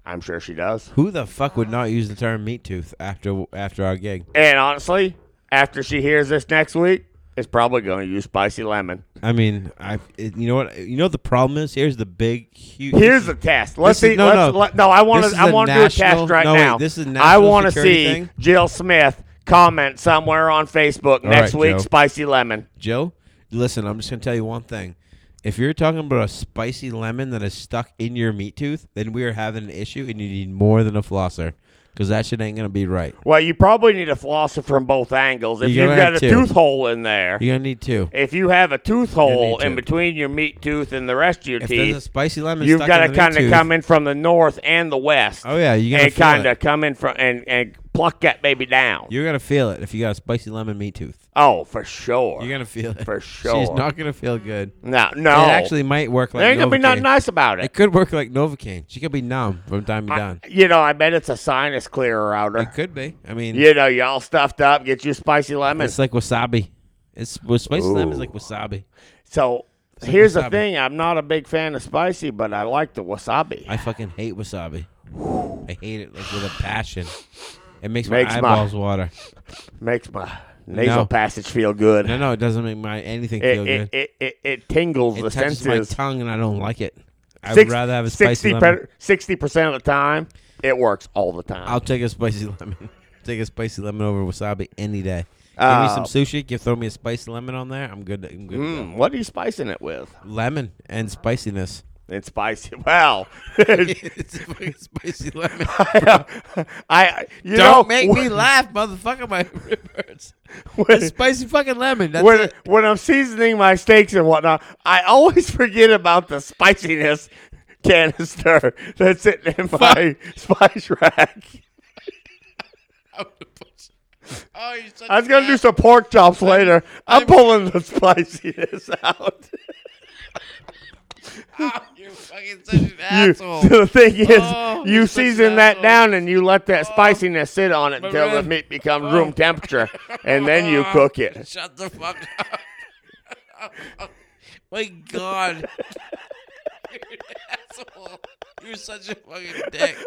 I'm sure she does.
Who the fuck would not use the term meat tooth after after our gig?
And honestly, after she hears this next week, it's probably gonna use spicy lemon.
I mean, I it, you know what you know what the problem is. Here's the big huge.
Here's the test. Let's
This
see.
is- no,
let's,
no.
Let, no I want
This
to.
is
I
a
want to do a
national-
test right
no, wait,
now.
this is a
I
national
want to
security
see
thing?
Jill Smith comment somewhere on Facebook next
right,
week.
Joe.
Spicy lemon.
Joe. Listen, I'm just gonna tell you one thing. If you're talking about a spicy lemon that is stuck in your meat tooth, then we are having an issue, and you need more than a flosser, because that shit ain't gonna be right.
Well, you probably need a flosser from both angles. If
You're
you've
gonna
got
have
a
two.
tooth hole in there,
You're gonna need two.
if you have a tooth hole
need
in
two.
between your meat tooth and the rest of your
If there's a
teeth,
spicy lemon,
you've
stuck
got
in the
to
meat
kind of
tooth-
come in from the north and the west.
Oh yeah, you're gonna
and
feel
kind
it.
of come in from and and pluck that baby down.
You're gonna feel it if you got a spicy lemon meat tooth.
oh, for sure.
You're gonna feel it
For
She's
sure.
not gonna feel good.
no, no.
It actually might work like
there ain't gonna be nothing
Novocaine.
nice about
It
it.
could work like Novocaine. She could be numb from time to time.
You know, I bet it's a sinus clearer outer.
It could be. I mean,
You know, y'all stuffed up, get you spicy lemon.
it's like wasabi. It's with spicy lemon is like wasabi.
So here's the
wasabi.
thing: I'm not a big fan of spicy, but I like the wasabi.
I fucking hate wasabi. I hate it like with a passion. It makes,
Makes my-
my eyeballs water.
Makes my nasal
No.
passage feel good.
No, no, it doesn't make my anything feel
it,
good.
it, it, it, it tingles
It
the
touches
senses.
my tongue and I don't like it. I
Six-
would rather have a spicy lemon.
percent of the time, it works all the time.
I'll take a spicy lemon. take a spicy lemon over wasabi any day.
Uh,
give me some sushi. Give throw me a
Hmm,
spicy lemon on there. I'm good. I'm good. to go.
Mm, what are you spicing it with?
Lemon and spiciness.
and spicy. Well,
it's a fucking spicy lemon.
I, I you know,
Don't make me laugh, motherfucker. My rib hurts. It's
when,
spicy fucking lemon. That's
when,
it.
when I'm seasoning my steaks and whatnot, I always forget about the spiciness canister that's sitting in my spice rack.
Oh, you're such
I was
a
gonna do
bad-
some pork chops later. I'm,
I'm-
pulling the spiciness out.
Oh, you're fucking such an
You,
asshole.
so the thing is,
Oh,
you
you're such an
season that
asshole. Oh.
down and you let that spiciness sit on it
my
until the
man.
meat becomes
Oh.
room temperature, and then you cook it.
Shut the fuck up. My God. You're an asshole. You're such a fucking dick.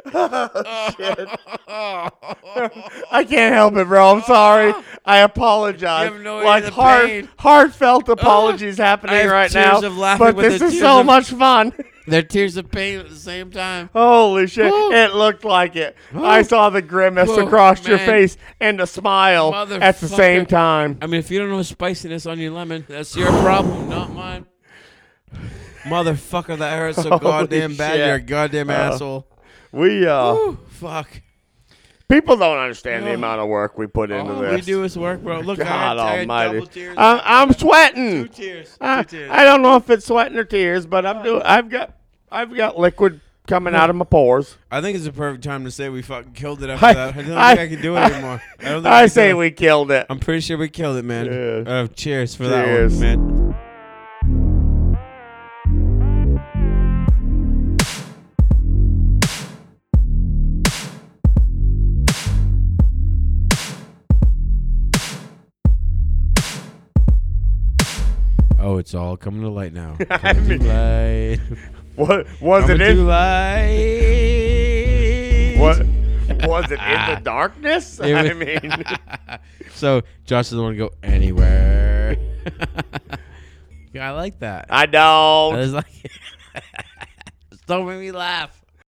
I can't help it, bro. I'm sorry. I apologize.
You have no idea
like
the
heart,
pain.
heartfelt apologies
I
happening
have
right now.
tears of laughing
but
with
this
the
is
tears
so
of-
much fun.
They're tears of pain at the same time.
Holy shit!
Woo.
It looked like it. I
Woo.
saw the grimace
Whoa,
across your
man.
face and the smile at the same
Motherfucker.
time.
I mean, if you don't know spiciness on your lemon, that's your problem, not mine. Motherfucker, that hurts so
Holy
goddamn bad.
shit. Uh-huh.
You're a goddamn asshole.
We uh,
Whew, fuck.
people don't understand the
Oh.
amount of work we put into
All
this.
Oh, we do is work, bro. Look, I
God
had, I had double
Almighty!
tears.
I'm, I'm
two
sweating.
tears.
I,
two tears.
I don't know if it's sweating or tears, but I'm doing. I've got I've got liquid coming out of my pores.
I think it's the perfect time to say we fucking killed it after
I-
that. I don't
I-
think I can do it anymore. I, don't think
I
can
say
do it.
we killed it.
I'm pretty sure we killed it, man.
Yeah.
Uh, cheers for
Cheers.
that one, man. Oh, it's all coming to light now. Coming to light.
What was
Coming
it
to
in?
light.
What was it in the darkness?
It
I
was-
mean,
so Josh doesn't want to go anywhere. yeah, I like that.
I don't.
I was like, Just don't make me laugh.